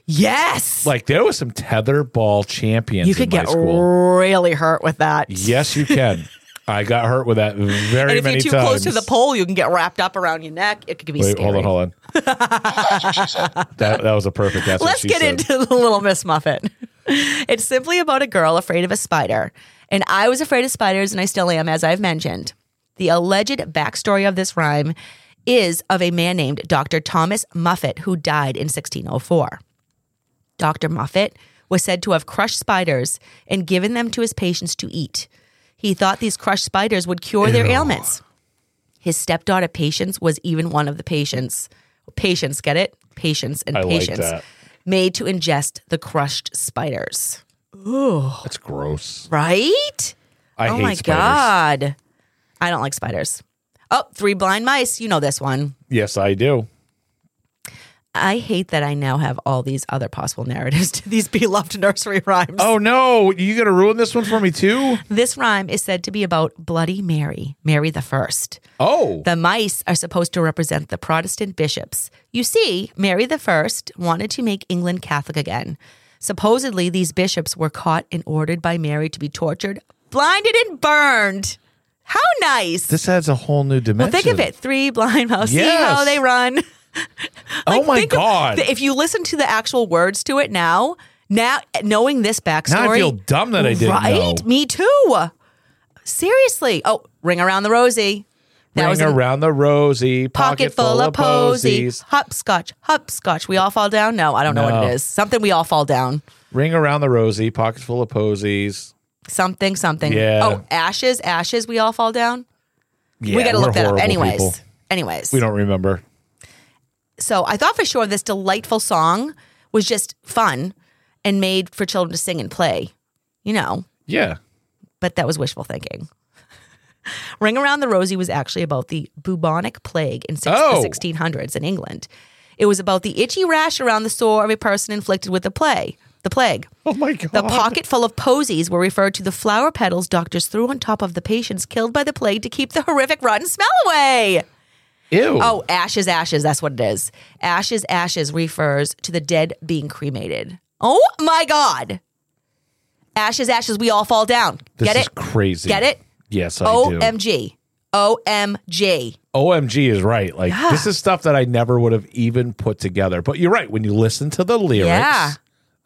Speaker 4: yes.
Speaker 3: Like there was some tetherball champions.
Speaker 4: you could
Speaker 3: in my
Speaker 4: get
Speaker 3: school.
Speaker 4: really hurt with that.
Speaker 3: Yes, you can. I got hurt with that very
Speaker 4: and if
Speaker 3: many
Speaker 4: you're too
Speaker 3: times.
Speaker 4: close to the pole, you can get wrapped up around your neck. It could be
Speaker 3: Wait,
Speaker 4: scary.
Speaker 3: hold on, hold on. that that was a perfect. That's what
Speaker 4: Let's
Speaker 3: she
Speaker 4: get
Speaker 3: said.
Speaker 4: into the Little Miss Muffet. It's simply about a girl afraid of a spider. And I was afraid of spiders, and I still am, as I've mentioned. The alleged backstory of this rhyme is of a man named Dr. Thomas Muffet, who died in 1604. Dr. Muffet was said to have crushed spiders and given them to his patients to eat. He thought these crushed spiders would cure their ailments. His stepdaughter Patience was even one of the patients. Patients, get it? Patients and
Speaker 3: I like
Speaker 4: patients
Speaker 3: that.
Speaker 4: made to ingest the crushed spiders.
Speaker 3: That's gross.
Speaker 4: Right?
Speaker 3: I
Speaker 4: oh
Speaker 3: hate
Speaker 4: my
Speaker 3: spiders.
Speaker 4: god. I don't like spiders. Oh, three blind mice. You know this one.
Speaker 3: Yes, I do.
Speaker 4: I hate that I now have all these other possible narratives to these beloved nursery rhymes.
Speaker 3: Oh no, you gonna ruin this one for me too?
Speaker 4: This rhyme is said to be about Bloody Mary, Mary the First.
Speaker 3: Oh,
Speaker 4: The mice are supposed to represent the Protestant bishops. You see, Mary I wanted to make England Catholic again. Supposedly, these bishops were caught and ordered by Mary to be tortured, blinded, and burned. How nice.
Speaker 3: this adds a whole new
Speaker 4: well,
Speaker 3: dimension.
Speaker 4: think of it three blind mice. See
Speaker 3: Yes.
Speaker 4: how they run.
Speaker 3: oh
Speaker 4: Like,
Speaker 3: my
Speaker 4: think of-
Speaker 3: god!
Speaker 4: if you listen to the actual words to it now, now knowing this backstory,
Speaker 3: now I feel dumb that I didn't
Speaker 4: right?
Speaker 3: know.
Speaker 4: Me too. Seriously. Oh, ring around the rosy. That
Speaker 3: Ring
Speaker 4: was in-
Speaker 3: around the rosy, pocket, full of posies.
Speaker 4: Hopscotch, hopscotch. We all fall down. No, I don't know what
Speaker 3: No.
Speaker 4: it is. Something we all fall down.
Speaker 3: Ring around the rosy, pocket full of posies.
Speaker 4: Something, something.
Speaker 3: Yeah.
Speaker 4: Oh, ashes, ashes. We all fall down.
Speaker 3: Yeah,
Speaker 4: we got to
Speaker 3: we're
Speaker 4: look that up.
Speaker 3: horrible
Speaker 4: Anyways,
Speaker 3: people.
Speaker 4: anyways.
Speaker 3: we don't remember.
Speaker 4: So I thought for sure this delightful song was just fun and made for children to sing and play. You know,
Speaker 3: Yeah,
Speaker 4: but that was wishful thinking. Ring Around the Rosie was actually about the bubonic plague in six,
Speaker 3: Oh.
Speaker 4: the 1600s in England. It was about the itchy rash around the sore of a person inflicted with the plague. The plague.
Speaker 3: Oh, my God.
Speaker 4: The pocket full of posies were referred to the flower petals doctors threw on top of the patients killed by the plague to keep the horrific rotten smell away.
Speaker 3: ew.
Speaker 4: Oh, ashes, ashes. That's what it is. Ashes, ashes refers to the dead being cremated. Oh my God. Ashes, ashes. We all fall down.
Speaker 3: this
Speaker 4: Get
Speaker 3: is
Speaker 4: it?
Speaker 3: crazy.
Speaker 4: Get it?
Speaker 3: Yes, I do.
Speaker 4: OMG. OMG.
Speaker 3: OMG is right. Like this is stuff that I never would have even put together. But you're right. When you listen to the lyrics,
Speaker 4: Yeah.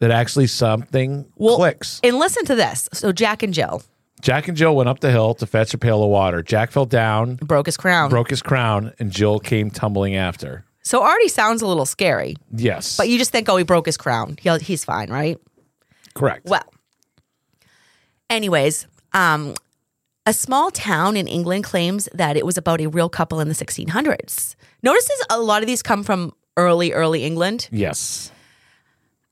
Speaker 3: that actually something clicks.
Speaker 4: And listen to this. So Jack and Jill
Speaker 3: Jack and Jill went up the hill to fetch a pail of water. Jack fell down,
Speaker 4: broke his crown.
Speaker 3: broke his crown, and Jill came tumbling after.
Speaker 4: So already sounds a little scary,
Speaker 3: Yes,
Speaker 4: but you just think, oh, he broke his crown. He'll, he's fine, right?
Speaker 3: correct.
Speaker 4: Well, anyways, um, a small town in England claims that it was about a real couple in the 1600s. Notice this- a lot of these come from early, early England.
Speaker 3: yes,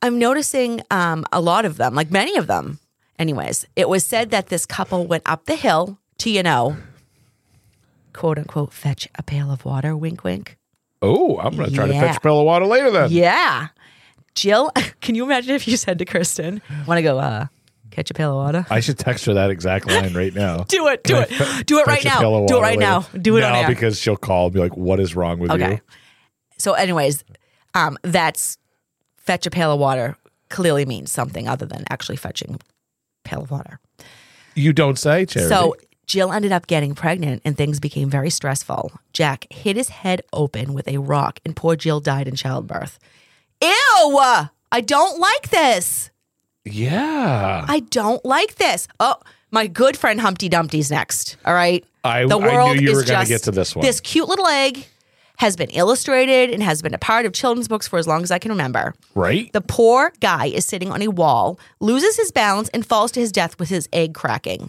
Speaker 4: I'm noticing um, a lot of them, like many of them. Anyways, it was said that this couple went up the hill to, you know, quote unquote, fetch a pail of water, wink, wink.
Speaker 3: Oh, I'm going to try
Speaker 4: Yeah.
Speaker 3: to fetch a pail of water later then.
Speaker 4: Yeah. Jill, can you imagine if you said to Kristen, want to go uh, catch a pail of water?
Speaker 3: I should text her that exact line right now.
Speaker 4: Do it, do
Speaker 3: Can I
Speaker 4: it.
Speaker 3: fe-
Speaker 4: Do it right
Speaker 3: fetch a
Speaker 4: now.
Speaker 3: pail of
Speaker 4: Do it
Speaker 3: water
Speaker 4: right now.
Speaker 3: later?
Speaker 4: Do it
Speaker 3: No,
Speaker 4: on air.
Speaker 3: because she'll call and be like, "What is wrong with
Speaker 4: Okay.
Speaker 3: you?"
Speaker 4: So, anyways, um, that's fetch a pail of water clearly means something other than actually fetching a pail of water.
Speaker 3: You don't say, Charity.
Speaker 4: So Jill ended up getting pregnant and things became very stressful. Jack hit his head open with a rock and poor Jill died in childbirth. Ew! I don't like this.
Speaker 3: yeah,
Speaker 4: I don't like this. Oh, my good friend Humpty Dumpty's next. All right.
Speaker 3: I-
Speaker 4: the
Speaker 3: I knew
Speaker 4: world
Speaker 3: you
Speaker 4: is
Speaker 3: were gonna
Speaker 4: just-
Speaker 3: get to this one.
Speaker 4: This cute little egg has been illustrated and has been a part of children's books for as long as I can remember.
Speaker 3: right.
Speaker 4: The poor guy is sitting on a wall, loses his balance, and falls to his death with his egg cracking.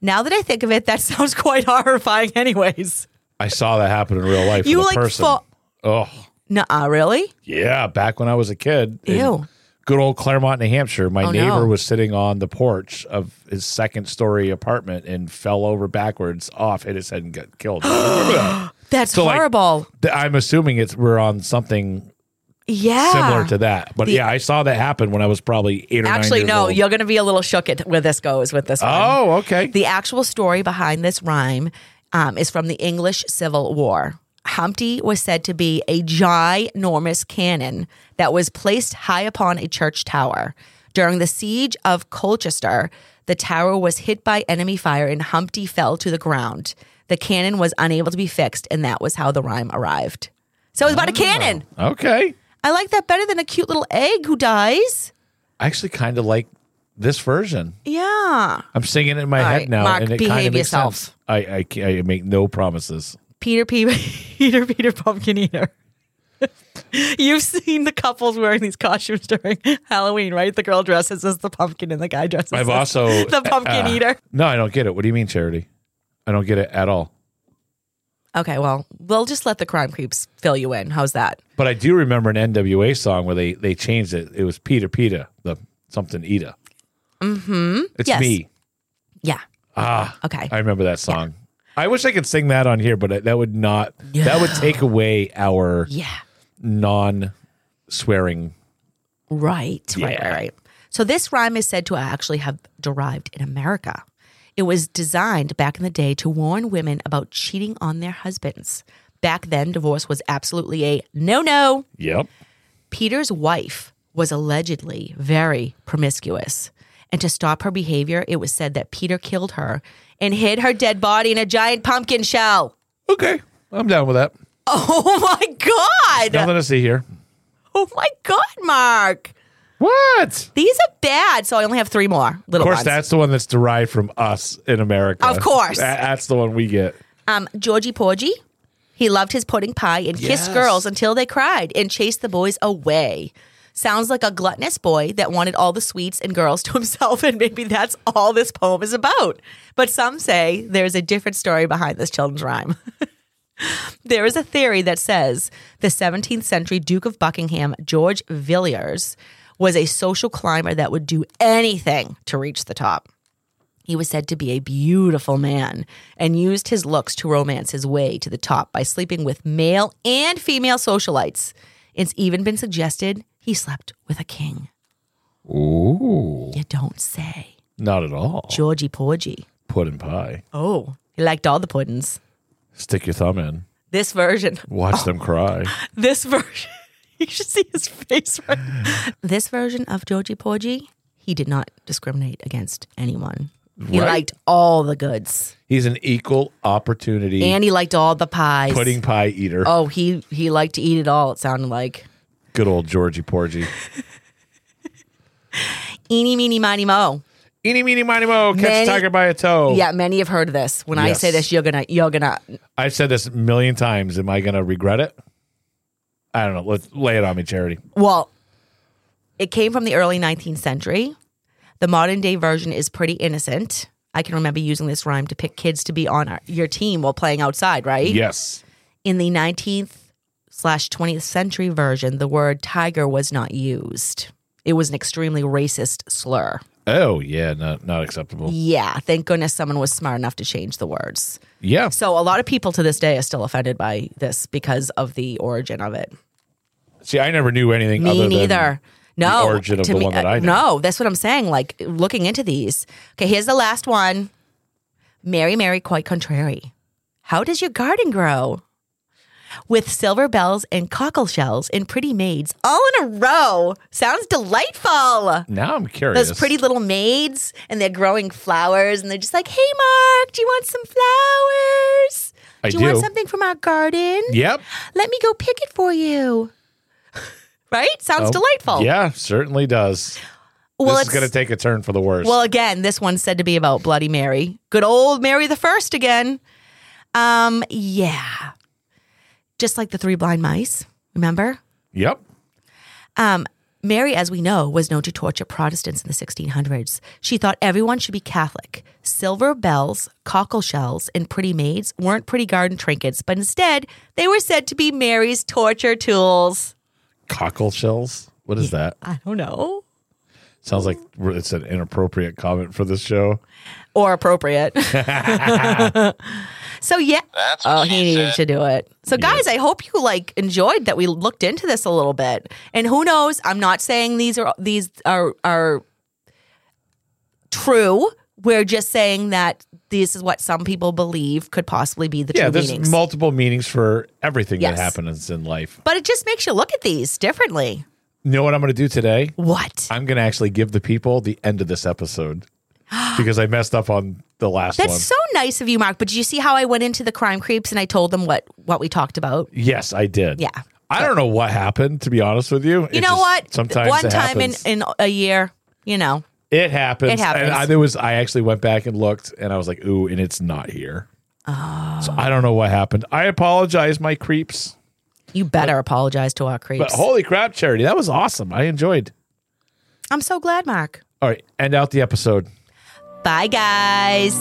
Speaker 4: Now that I think of it, that sounds quite horrifying, anyways.
Speaker 3: I saw that happen in real life.
Speaker 4: You,
Speaker 3: with a
Speaker 4: like,
Speaker 3: person.
Speaker 4: fall-
Speaker 3: Oh
Speaker 4: Nuh really?
Speaker 3: yeah, back when I was a kid. in
Speaker 4: Ew.
Speaker 3: Good old Claremont, New Hampshire. My
Speaker 4: Oh,
Speaker 3: neighbor
Speaker 4: no.
Speaker 3: was sitting on the porch of his second story apartment and fell over backwards off, hit his head, and got killed. Remember that?
Speaker 4: That's
Speaker 3: So, like,
Speaker 4: horrible.
Speaker 3: Th- I'm assuming it's we're on something
Speaker 4: yeah.
Speaker 3: similar to that. But yeah, I saw that happen when I was probably eight or nine
Speaker 4: Actually,
Speaker 3: years
Speaker 4: no,
Speaker 3: old.
Speaker 4: you're going to be a little shook at where this goes with this one.
Speaker 3: Oh, okay.
Speaker 4: The actual story behind this rhyme um, is from the English Civil War. Humpty was said to be a ginormous cannon that was placed high upon a church tower. During the siege of Colchester, the tower was hit by enemy fire and Humpty fell to the ground. The cannon was unable to be fixed, and that was how the rhyme arrived. So it was about a cannon.
Speaker 3: okay.
Speaker 4: I like that better than a cute little egg who dies.
Speaker 3: I actually kind of like this version.
Speaker 4: Yeah.
Speaker 3: I'm singing it in my
Speaker 4: All
Speaker 3: head
Speaker 4: right,
Speaker 3: now,
Speaker 4: Mark,
Speaker 3: and it kind
Speaker 4: behave
Speaker 3: of makes
Speaker 4: yourself.
Speaker 3: sense. I, I ca- I make no promises.
Speaker 4: Peter P. Peter Peter Pumpkin Eater. You've seen the couples wearing these costumes during Halloween, right? The girl dresses as the pumpkin and the guy dresses
Speaker 3: I've
Speaker 4: as
Speaker 3: also
Speaker 4: the pumpkin
Speaker 3: uh,
Speaker 4: eater.
Speaker 3: No, I don't get it. What do you mean, charity? I don't get it at all.
Speaker 4: Okay, well, we'll just let the crime creeps fill you in. How's that?
Speaker 3: But I do remember an NWA song where they they changed it. It was Peter Peter the something Eda. Mm-hmm. It's
Speaker 4: Yes.
Speaker 3: me.
Speaker 4: Yeah.
Speaker 3: Ah,
Speaker 4: Okay.
Speaker 3: I remember that song. I wish I could sing that on here, but I- that would not. That would take away our
Speaker 4: Yeah.
Speaker 3: non swearing.
Speaker 4: Right, right, right, right. So this rhyme is said to actually have derived in America. It was designed back in the day to warn women about cheating on their husbands. Back then, divorce was absolutely a no no.
Speaker 3: Yep.
Speaker 4: Peter's wife was allegedly very promiscuous. And to stop her behavior, it was said that Peter killed her and hid her dead body in a giant pumpkin shell.
Speaker 3: Okay, I'm down with that.
Speaker 4: Oh my God.
Speaker 3: Nothing to see here.
Speaker 4: Oh my God, Mark.
Speaker 3: What?
Speaker 4: These are bad. So I only have three more
Speaker 3: Of
Speaker 4: little
Speaker 3: course,
Speaker 4: ones.
Speaker 3: that's the one that's derived from us in America.
Speaker 4: Of course.
Speaker 3: That- that's the one we get.
Speaker 4: Um, Georgie Porgy, he loved his pudding pie and kissed
Speaker 3: Yes.
Speaker 4: girls until they cried and chased the boys away. Sounds like a gluttonous boy that wanted all the sweets and girls to himself, and maybe that's all this poem is about. But some say there's a different story behind this children's rhyme. there is a theory that says the 17th century Duke of Buckingham, George Villiers, was a social climber that would do anything to reach the top. He was said to be a beautiful man and used his looks to romance his way to the top by sleeping with male and female socialites. It's even been suggested he slept with a king.
Speaker 3: Ooh,
Speaker 4: You don't say.
Speaker 3: not at all.
Speaker 4: Georgie Porgy.
Speaker 3: Pudding pie.
Speaker 4: Oh, he liked all the puddings.
Speaker 3: Stick your thumb in.
Speaker 4: This version,
Speaker 3: Watch them cry.
Speaker 4: this version, you should see his face right now. This version of Georgie Porgy, he did not discriminate against anyone. He
Speaker 3: Right.
Speaker 4: liked all the goods
Speaker 3: He's an equal opportunity
Speaker 4: and he liked all the pies.
Speaker 3: pudding pie eater.
Speaker 4: Oh, he he liked to eat it all. It sounded like
Speaker 3: Good old Georgie Porgy.
Speaker 4: eeny meeny miny mo.
Speaker 3: Eeny, meeny, miny, mo. Catch
Speaker 4: Many-
Speaker 3: a tiger by a toe.
Speaker 4: Yeah, many have heard this. When I
Speaker 3: Oh. Yes.
Speaker 4: say this, you're gonna you're gonna
Speaker 3: I've said this a million times. Am I going to regret it? I don't know. Let's lay it on me, Charity.
Speaker 4: well. It came from the early 19th century. The modern day version is pretty innocent. I can remember using this rhyme to pick kids to be on our, your team while playing outside, right?
Speaker 3: Yes.
Speaker 4: In the 19th slash 20th century version, the word tiger was not used. It was an extremely racist slur.
Speaker 3: Oh, yeah. Not, not acceptable.
Speaker 4: Yeah, thank goodness someone was smart enough to change the words.
Speaker 3: Yeah.
Speaker 4: So a lot of people to this day are still offended by this because of the origin of it.
Speaker 3: See, I never knew anything
Speaker 4: Me
Speaker 3: other than
Speaker 4: neither. No,
Speaker 3: origin of
Speaker 4: to
Speaker 3: the
Speaker 4: me- uh,
Speaker 3: one that I know.
Speaker 4: no, that's what I'm saying. Like looking into these. Okay, here's the last one. Mary, Mary, quite contrary. How does your garden grow? With silver bells and cockle shells and pretty maids all in a row. Sounds delightful.
Speaker 3: Now I'm curious.
Speaker 4: Those pretty little maids, and they're growing flowers, and they're just like, "Hey, Mark, do you want some flowers?
Speaker 3: I
Speaker 4: do you want
Speaker 3: do.
Speaker 4: something from our garden?
Speaker 3: Yep.
Speaker 4: Let me go pick it for you." right? Sounds
Speaker 3: Oh,
Speaker 4: delightful.
Speaker 3: Yeah, certainly does.
Speaker 4: Well,
Speaker 3: this is
Speaker 4: it's
Speaker 3: going to take a turn for the worse.
Speaker 4: well again. This one's said to be about Bloody Mary, good old Mary the First again. Um, yeah, just like the three blind mice. Remember?
Speaker 3: yep.
Speaker 4: Um, Mary, as we know, was known to torture Protestants in the 1600s. She thought everyone should be Catholic. Silver bells, cockle shells, and pretty maids weren't pretty garden trinkets, but instead they were said to be Mary's torture tools.
Speaker 3: Cockle shells. What is that?
Speaker 4: I don't know.
Speaker 3: Sounds like it's an inappropriate comment for this show.
Speaker 4: Or appropriate. so yeah. oh, he needed to do it. So guys, I hope you like enjoyed that we looked into this a little bit. And who knows? I'm not saying these are these are are true. We're just saying that this is what some people believe could possibly be the
Speaker 3: Yeah,
Speaker 4: true
Speaker 3: there's
Speaker 4: meanings.
Speaker 3: multiple meanings for everything
Speaker 4: Yes.
Speaker 3: that happens in life.
Speaker 4: but it just makes you look at these differently.
Speaker 3: You know what I'm going to do today?
Speaker 4: What?
Speaker 3: I'm going to actually give the people the end of this episode because I messed up on the last
Speaker 4: That's
Speaker 3: one.
Speaker 4: so nice of you, Mark. But did you see how I went into the crime creeps and I told them what what we talked about?
Speaker 3: yes, I did.
Speaker 4: Yeah.
Speaker 3: I don't know what happened, to be honest with you.
Speaker 4: You know what?
Speaker 3: Sometimes
Speaker 4: one
Speaker 3: it
Speaker 4: time in,
Speaker 3: happens.
Speaker 4: in a year, you know.
Speaker 3: it happens.
Speaker 4: It happens.
Speaker 3: And I, there was, I actually went back and looked, and I was like, "Ooh," and it's not here.
Speaker 4: Oh.
Speaker 3: So I don't know what happened. I apologize, my creeps.
Speaker 4: You better apologize to our
Speaker 3: But
Speaker 4: creeps.
Speaker 3: holy crap, Charity, that was awesome. I enjoyed.
Speaker 4: I'm so glad, Mark.
Speaker 3: All right, end out the episode.
Speaker 4: Bye, guys.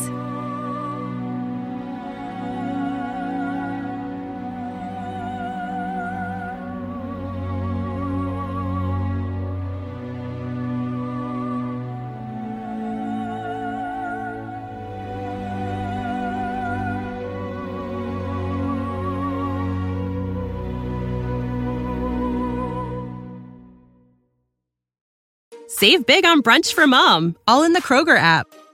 Speaker 6: Save big on brunch for mom, all in the Kroger app.